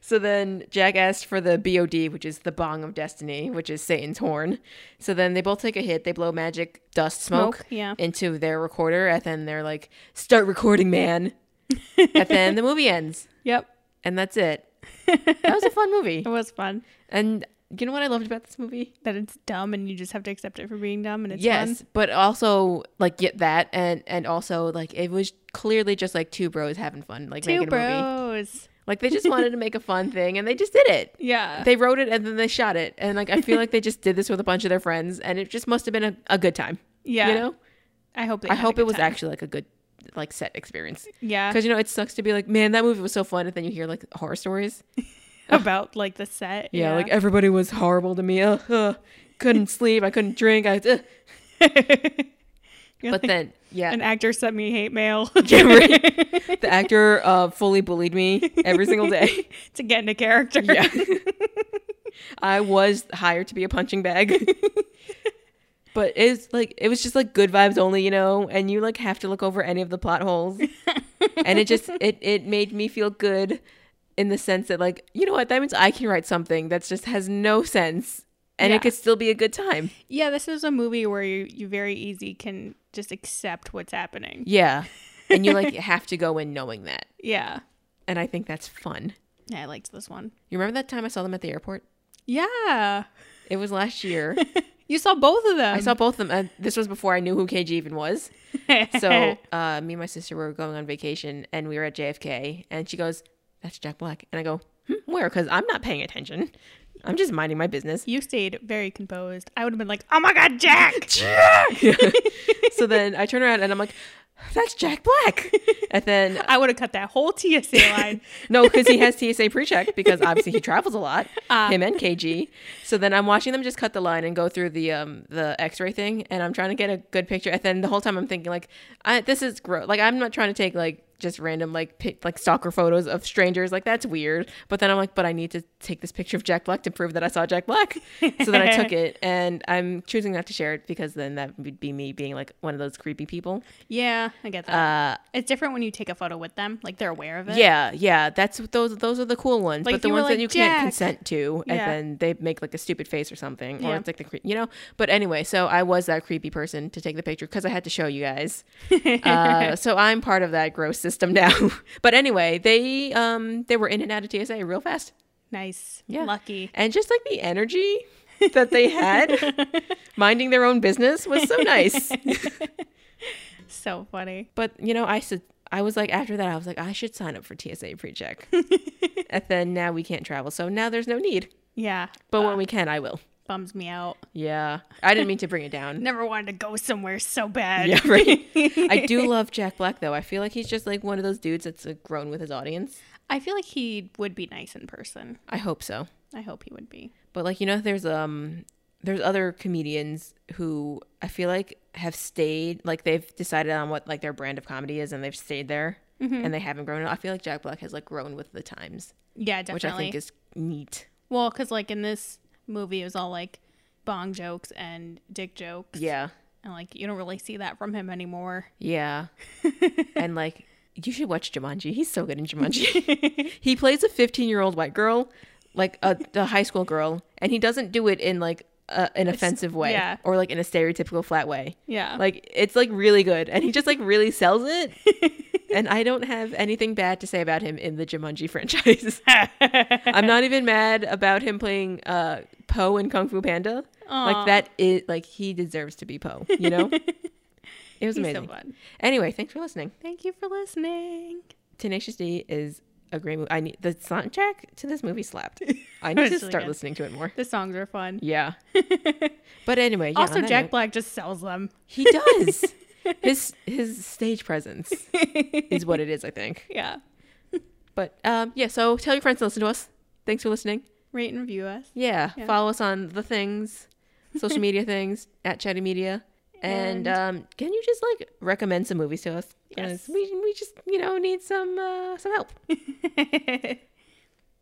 S2: So then Jack asked for the BOD, which is the Bong of Destiny, which is Satan's horn. So then they both take a hit. They blow magic dust smoke,
S1: Smoke, yeah.
S2: into their recorder. And then they're like, start recording, man. and then the movie ends.
S1: yep,
S2: And that's it. That was a fun movie.
S1: it was fun.
S2: And you know what I loved about this movie?
S1: That it's dumb, and you just have to accept it for being dumb, and it's
S2: yes,
S1: fun.
S2: but also like get that, and and also like it was clearly just like two bros having fun, like
S1: Two
S2: making a movie.
S1: bros.
S2: Like they just wanted to make a fun thing and they just did it.
S1: Yeah.
S2: They wrote it and then they shot it. And like I feel like they just did this with a bunch of their friends and it just must have been a, a good time.
S1: yeah.
S2: You know?
S1: I hope they
S2: I
S1: had a
S2: hope
S1: good
S2: it was
S1: time.
S2: actually like a good like set experience.
S1: Yeah.
S2: Because you know it sucks to be like, man, that movie was so fun, and then you hear like horror stories.
S1: About like the set.
S2: Yeah, like everybody was horrible to me. Ugh, ugh. Couldn't sleep. I couldn't drink. I. Ugh.
S1: You're
S2: But
S1: like,
S2: then, yeah,
S1: an actor sent me hate mail
S2: Yeah, right. the actor uh, fully bullied me every single day.
S1: to get into character.
S2: Yeah, I was hired to be a punching bag. But it's like it was just like good vibes only, you know, and you like have to look over any of the plot holes. and it just it it made me feel good in the sense that like you know what that means i can write something that just has no sense and
S1: Yeah.
S2: it could still be a good time
S1: Yeah, this is a movie where you, you very easy can just accept what's happening.
S2: yeah and you like have to go in knowing that
S1: Yeah.
S2: and i think that's fun
S1: Yeah, I liked this one.
S2: you remember that time i saw them at the airport
S1: Yeah.
S2: it was last year
S1: You saw both of them.
S2: i saw both of them and this was before i knew who kg even was so uh, me and my sister were going on vacation and we were at jfk and she goes that's jack black and i go hmm, where because i'm not paying attention i'm just minding my business
S1: you stayed very composed. I would have been like, "Oh my god, Jack!"
S2: so then I turn around and I'm like, that's Jack Black. And then,
S1: I would have cut that whole TSA line.
S2: no, because he has TSA pre check because obviously he travels a lot,
S1: Ah.
S2: him and KG. So then I'm watching them just cut the line and go through the um the x ray thing. And I'm trying to get a good picture. And then the whole time I'm thinking, like, I, this is gross. Like, I'm not trying to take, like, just random like pic- like stalker photos of strangers like that's weird but then i'm like but i need to take this picture of jack black to prove that i saw jack black so then i took it and i'm choosing not to share it because then that would be me being like one of those creepy people
S1: yeah, I get that.
S2: uh
S1: it's different when you take a photo with them, like they're aware of it.
S2: Yeah, yeah, that's those. Those are the cool ones,
S1: Like, if
S2: but the
S1: you were
S2: ones
S1: like,
S2: that you
S1: "Jack."
S2: can't consent to,
S1: Yeah.
S2: and then they make like a stupid face or something, or
S1: Yeah.
S2: it's like the cre- you know. But anyway, so I was that creepy person to take the picture because I had to show you guys. uh, so I'm part of that gross system now. but anyway, they um they were in and out of TSA real fast,
S1: Nice.
S2: Yeah.
S1: Lucky.
S2: and just like the energy that they had, minding their own business was so nice.
S1: So funny.
S2: But you know, I said I was like after that I was like I should sign up for TSA pre-check. and then now we can't travel. So now there's no need.
S1: Yeah.
S2: But when we can, I will.
S1: Bums me out.
S2: Yeah. I didn't mean to bring it down.
S1: Never wanted to go somewhere so bad.
S2: Yeah, right. I do love Jack Black though. I feel like he's just like one of those dudes that's like, grown with his audience.
S1: I feel like he would be nice in person.
S2: I hope so.
S1: I hope he would be.
S2: But like you know there's um there's other comedians who I feel like have stayed like they've decided on what like their brand of comedy is and they've stayed there and they haven't grown. I feel like Jack Black has like grown with the times,
S1: Yeah,
S2: which
S1: definitely.
S2: I think is neat.
S1: Well, because like in this movie, it was all like bong jokes and dick jokes.
S2: Yeah.
S1: And like you don't really see that from him anymore.
S2: Yeah. and like you should watch Jumanji. He's so good in Jumanji. he plays a 15-year-old white girl, like a the high school girl, and he doesn't do it in like a, an offensive way
S1: yeah. Oh.
S2: or like in a stereotypical flat way.
S1: Yeah.
S2: Like it's like really good and he just like really sells it. and I don't have anything bad to say about him in the Jumanji franchise. I'm not even mad about him playing uh Poe in Kung Fu Panda.
S1: Aw.
S2: Like that is like he deserves to be Poe, you know? It was
S1: He's so
S2: amazing.
S1: fun.
S2: Anyway, thanks for listening.
S1: Thank you for listening.
S2: Tenacious D is a great movie. I need the soundtrack to this movie slapped. I need
S1: It's
S2: to
S1: really
S2: start
S1: good.
S2: listening to it more.
S1: The songs are fun.
S2: Yeah. but anyway, yeah,
S1: also,
S2: on that
S1: Jack
S2: note-
S1: Black just sells them.
S2: he does. his his stage presence is what it is, I think.
S1: Yeah.
S2: But um, yeah, so tell your friends to listen to us. Thanks for listening.
S1: Rate and review us.
S2: Yeah,
S1: Yeah.
S2: follow us on the things, social media things at Chatty Media. And, um, can you just like recommend some movies to us? 'Cause
S1: Yes.
S2: we we just you know need some uh, some help.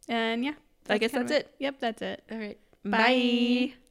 S1: and yeah.
S2: I guess
S1: kind of
S2: that's it.
S1: Yep, that's it.
S2: All right.
S1: Bye.
S2: Bye.